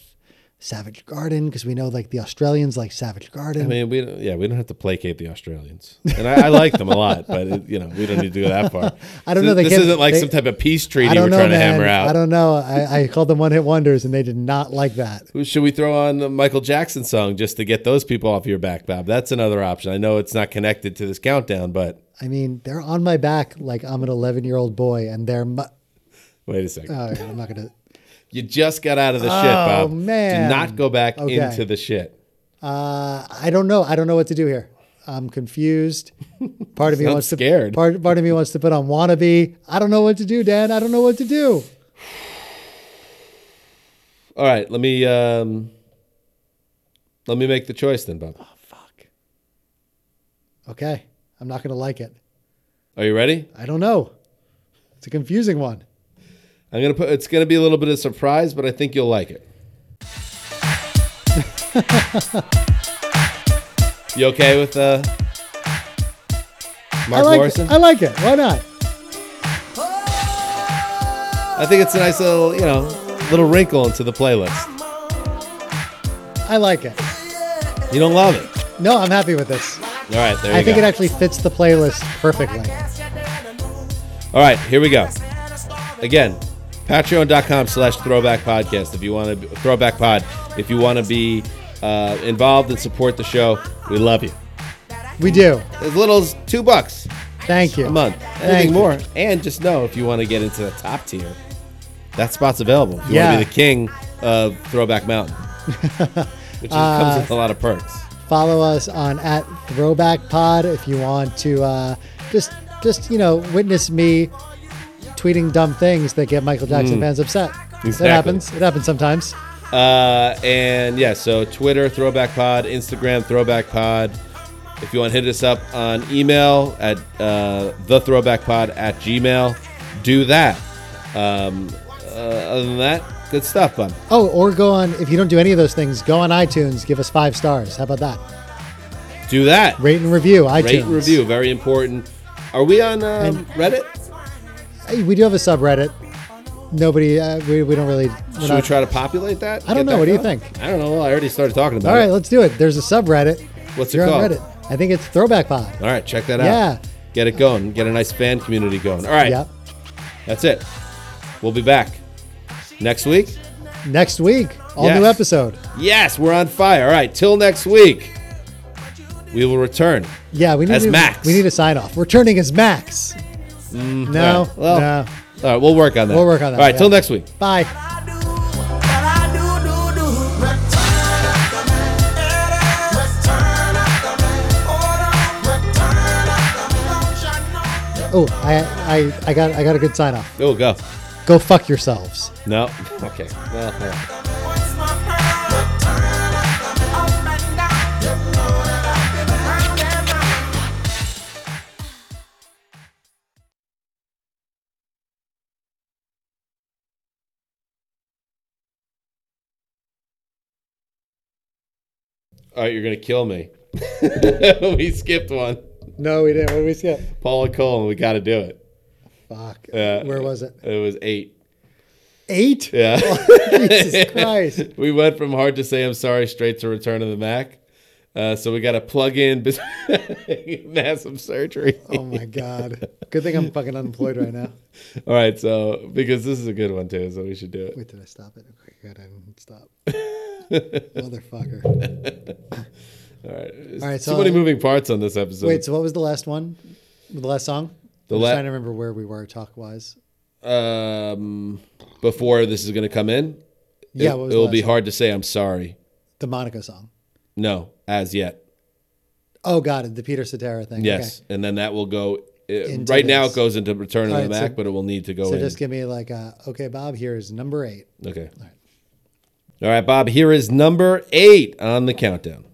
C: Savage Garden? Because we know like the Australians like Savage Garden.
B: I mean, we don't- yeah, we don't have to placate the Australians, and I, I like them a lot, but it, you know, we don't need to go that far.
C: I don't know. They
B: This
C: can't-
B: isn't like
C: they-
B: some type of peace treaty
C: I
B: we're
C: don't know,
B: trying to
C: man.
B: hammer out.
C: I don't know. I, I called them one hit wonders and they did not like that.
B: Should we throw on the Michael Jackson song just to get those people off your back, Bob? That's another option. I know it's not connected to this countdown, but
C: I mean, they're on my back like I'm an 11 year old boy and they're. Mu-
B: wait a second.
C: Oh, I'm not going to.
B: you just got out of the
C: Oh,
B: shit, Bob.
C: man.
B: Do not go back
C: Okay.
B: into the shit.
C: Uh, I don't know. I don't know what to do here. I'm confused. Part of me
B: Sounds
C: wants to
B: scared.
C: Part, part of me wants to put on wannabe. I don't know what to do, Dan. I don't know what to do.
B: All right, let me um, let me make the choice then, Bob.
C: Okay, I'm not going to like it.
B: Are you ready?
C: I don't know. It's a confusing one.
B: I'm gonna put. It's gonna be a little bit of surprise, but I think you'll like it. you okay with uh, Mark
C: I like
B: Morrison?
C: it. I like it. Why not?
B: I think it's a nice little, you know, little wrinkle into the playlist.
C: I like it.
B: You don't love it.
C: No, I'm happy with this.
B: All right, there you
C: I think
B: go.
C: it actually fits the playlist perfectly.
B: All right, here we go. Again, patreon.com slash throwback podcast. If you want to throwback pod, if you want to be uh, involved and support the show, we love you.
C: We do.
B: As little as two bucks
C: Thank you.
B: a month.
C: Thank
B: Anything
C: you.
B: more. And just know if you want to get into the top tier, that spot's available. If you want
C: Yeah.
B: to be the king of Throwback Mountain, which is- comes
C: Uh,
B: with a lot of perks.
C: Follow us on at Throwback Pod if you want to uh, just just you know witness me tweeting dumb things that get Michael Jackson
B: Mm.
C: fans upset.
B: Exactly.
C: It happens. It happens sometimes.
B: Uh, and yeah, so Twitter, Throwback Pod, Instagram, Throwback Pod. If you want to hit us up on email at uh, thethrowbackpod at gmail, do that. Um, uh, other than that, good stuff, bud.
C: Oh, or go on. If you don't do any of those things, go on iTunes. Give us five stars. How about that?
B: Do that.
C: Rate and review iTunes.
B: Rate and review, very important. Are we on um,
C: And-
B: Reddit?
C: Hey, we do have a subreddit. Nobody. Uh, we, we don't really. we're
B: Should we
C: not-
B: try to populate that?
C: I don't
B: Get
C: know. What do you
B: that
C: think?
B: going? I don't know. I already started talking about
C: All right,
B: it.
C: let's do it. There's a subreddit.
B: What's it
C: You're
B: called?
C: on Reddit. I think it's Throwback Pod.
B: All right, check that out.
C: Yeah.
B: Get it going. Get a nice fan community going. All right.
C: Yep.
B: That's it. We'll be back next week.
C: Next week, all new
B: Yes.
C: episode.
B: Yes, we're on fire. All right, till next week. We will return.
C: Yeah, we need
B: As
C: to,
B: Max.
C: We need a sign off. We're turning as Max.
B: Mm,
C: No,
B: all right. Well,
C: no.
B: All right, we'll work on that.
C: We'll work on that,
B: All right, till
C: yeah.
B: next week.
C: Bye. Oh, I, I, I got, I got a good sign off.
B: Oh, go.
C: Go fuck yourselves.
B: No. Okay. Well, all right. All right, you're gonna kill me. we skipped one.
C: No, we didn't. What did we skip?
B: Paula Cole. We got to do it.
C: Fuck.
B: Uh,
C: Where was it?
B: It was eight.
C: Eight.
B: Yeah.
C: Jesus Christ.
B: we went from hard to say I'm sorry straight to return of the Mac. Uh, so we got to plug in bes- massive surgery.
C: Oh my god. Good thing I'm fucking unemployed right now.
B: All right, so because this is a good one too, so we should do it.
C: Wait, did I stop it? Okay, good. I didn't stop. Motherfucker.
B: All right. All
C: All
B: right
C: right,
B: so,
C: so-
B: many moving parts on this episode.
C: Wait, so what was the last one? The last song?
B: The
C: I'm
B: la-
C: just trying to remember where we were talk wise.
B: um, before this is going to come in,
C: Yeah,
B: it,
C: what was the
B: will be
C: last
B: hard to say I'm sorry.
C: The Monica song.
B: No, as yet.
C: Oh god, the Peter Cetera thing.
B: Yes, and then that will go. It,
C: Into
B: right now, it
C: this.
B: goes into Return of
C: All
B: the
C: right, so-
B: Mac, but it will need to
C: Okay.
B: go
C: So
B: in.
C: just give me like a, okay, Bob, here's number eight.
B: okay. All right, Bob. Here is number eight on the countdown.